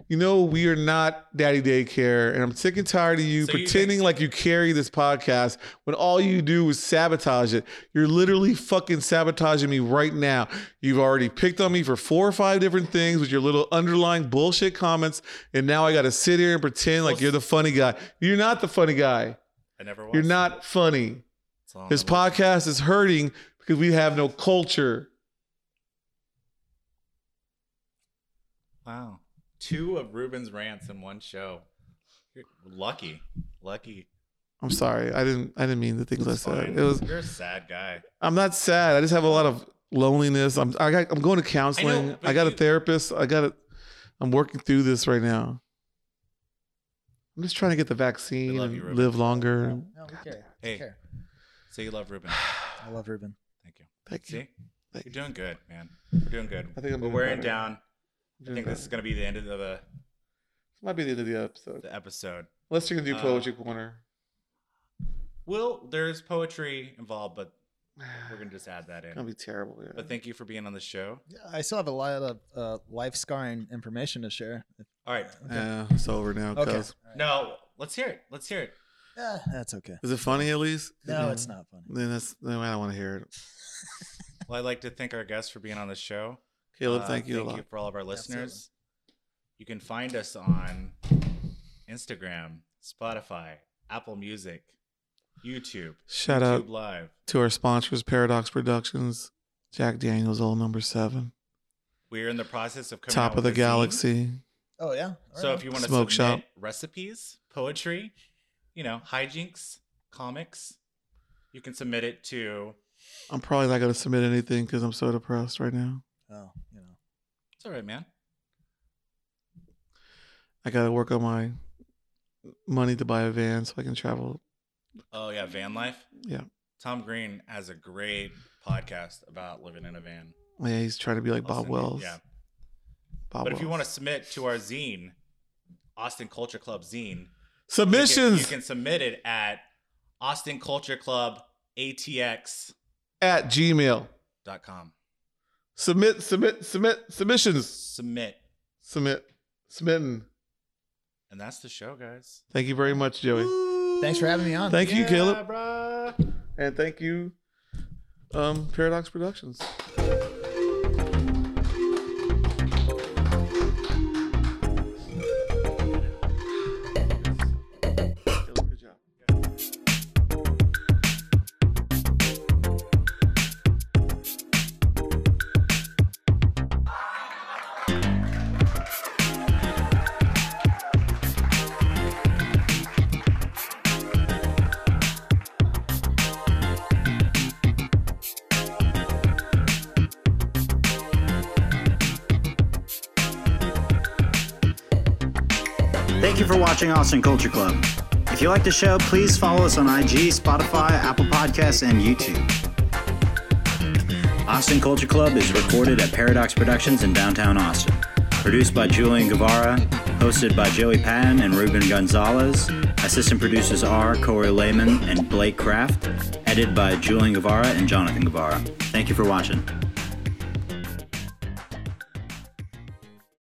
Speaker 3: You know, we are not daddy daycare, and I'm sick and tired of you
Speaker 2: So you
Speaker 3: pretending like you carry this podcast when all you do is sabotage it. You're literally fucking sabotaging me right now. You've already picked on me for four or five different things with your little underlying bullshit comments, and now I gotta sit here and pretend like
Speaker 2: Well,
Speaker 3: you're the funny guy. You're not the funny guy.
Speaker 2: I never was.
Speaker 3: You're not funny.
Speaker 2: It's all
Speaker 3: This
Speaker 2: in the book.
Speaker 3: podcast is hurting because we have no culture.
Speaker 2: Wow. Two of Ruben's rants in one show. You're lucky. Lucky.
Speaker 3: I'm sorry. I didn't. I didn't mean the things I said.
Speaker 2: Fine.
Speaker 3: It was.
Speaker 2: You're a sad guy.
Speaker 3: I'm not sad. I just have a lot of loneliness. I'm I got, I'm going to counseling. I,
Speaker 2: I know, but
Speaker 3: got a
Speaker 2: you-
Speaker 3: therapist. I got it. I'm working through this right now. I'm just trying to get the vaccine
Speaker 2: We love
Speaker 3: and
Speaker 2: you, Ruben.
Speaker 3: live longer.
Speaker 4: No, we care. We
Speaker 2: Hey.
Speaker 4: care.
Speaker 2: So you love Ruben.
Speaker 4: I love Ruben.
Speaker 3: (sighs)
Speaker 2: Thank you.
Speaker 3: Thank you.
Speaker 2: See?
Speaker 3: Thank
Speaker 2: You're doing good, man. You're doing good.
Speaker 3: I think I'm
Speaker 2: We're
Speaker 3: doing
Speaker 2: wearing
Speaker 3: better.
Speaker 2: down. I think this is going to be the end of the,
Speaker 3: might be the end of the episode.
Speaker 2: the episode.
Speaker 3: Unless you're gonna do
Speaker 2: Uh,
Speaker 3: poetry corner.
Speaker 2: Well, there's poetry involved, but we're going to just add that in.
Speaker 3: Gonna be terrible. yeah.
Speaker 2: But thank you for being on the show.
Speaker 4: Yeah, I still have a lot of uh, life scarring information to share.
Speaker 2: All right.
Speaker 3: Yeah, it's over now.
Speaker 4: Okay.
Speaker 3: cuz.
Speaker 2: No, let's hear it. Let's hear it.
Speaker 4: Yeah, that's okay.
Speaker 3: Is it funny at least?
Speaker 4: No, it's not funny.
Speaker 3: Then that's then I don't want to hear it.
Speaker 2: Well, I'd like to thank our guests for being on the show.
Speaker 3: Caleb,
Speaker 2: Uh,
Speaker 3: thank you a
Speaker 2: Thank
Speaker 3: lot.
Speaker 2: you for all of our listeners. You can find us on Instagram, Spotify, Apple Music, YouTube,
Speaker 3: Shout out
Speaker 2: YouTube Live.
Speaker 3: to our sponsors, Paradox Productions, Jack Daniels, old number seven,
Speaker 2: We're in the process of coming
Speaker 3: Top
Speaker 2: out
Speaker 3: of the
Speaker 2: with a zine.
Speaker 3: Galaxy.
Speaker 4: Oh yeah. All
Speaker 2: So
Speaker 4: right.
Speaker 2: if you want to
Speaker 3: Smoke
Speaker 2: submit
Speaker 3: shop.
Speaker 2: recipes, poetry, you know, hijinks, comics, you can submit it to.
Speaker 3: I'm probably not going to submit anything because I'm so depressed right now.
Speaker 4: oh, you know.
Speaker 2: It's all right, man.
Speaker 3: I got to work on my money to buy a van so I can travel.
Speaker 2: Oh yeah, van life.
Speaker 3: Yeah.
Speaker 2: Tom Green has a great podcast about living in a van.
Speaker 3: Yeah, he's trying to be like
Speaker 2: I'll
Speaker 3: Bob
Speaker 2: send you-
Speaker 3: Wells.
Speaker 2: Yeah.
Speaker 3: Bob
Speaker 2: But if you
Speaker 3: Wells.
Speaker 2: want to submit to our zine, Austin Culture Club zine, you can-
Speaker 3: submissions
Speaker 2: You can submit it at Austin Culture Club ATX.com.
Speaker 3: at Gmail. Submit, submit, submit, submissions.
Speaker 2: Submit.
Speaker 3: Submit, smitten.
Speaker 2: And that's the show, guys.
Speaker 3: Thank you very much, Joey.
Speaker 4: Thanks for having me on.
Speaker 3: Thank you, Caleb.
Speaker 2: bruh.
Speaker 3: And thank you, um, Paradox Productions. Caleb, good job.
Speaker 6: Thank you for watching Austin Culture Club. If you like the show, please follow us on IG, Spotify, Apple Podcasts, and YouTube. Austin Culture Club is recorded at Paradox Productions in downtown Austin. Produced by Julian Guevara, hosted by Joey Patton and Ruben Gonzalez. Assistant producers are Corey Lehman and Blake Kraft. Edited by Julian Guevara and Jonathan Guevara. Thank you for watching.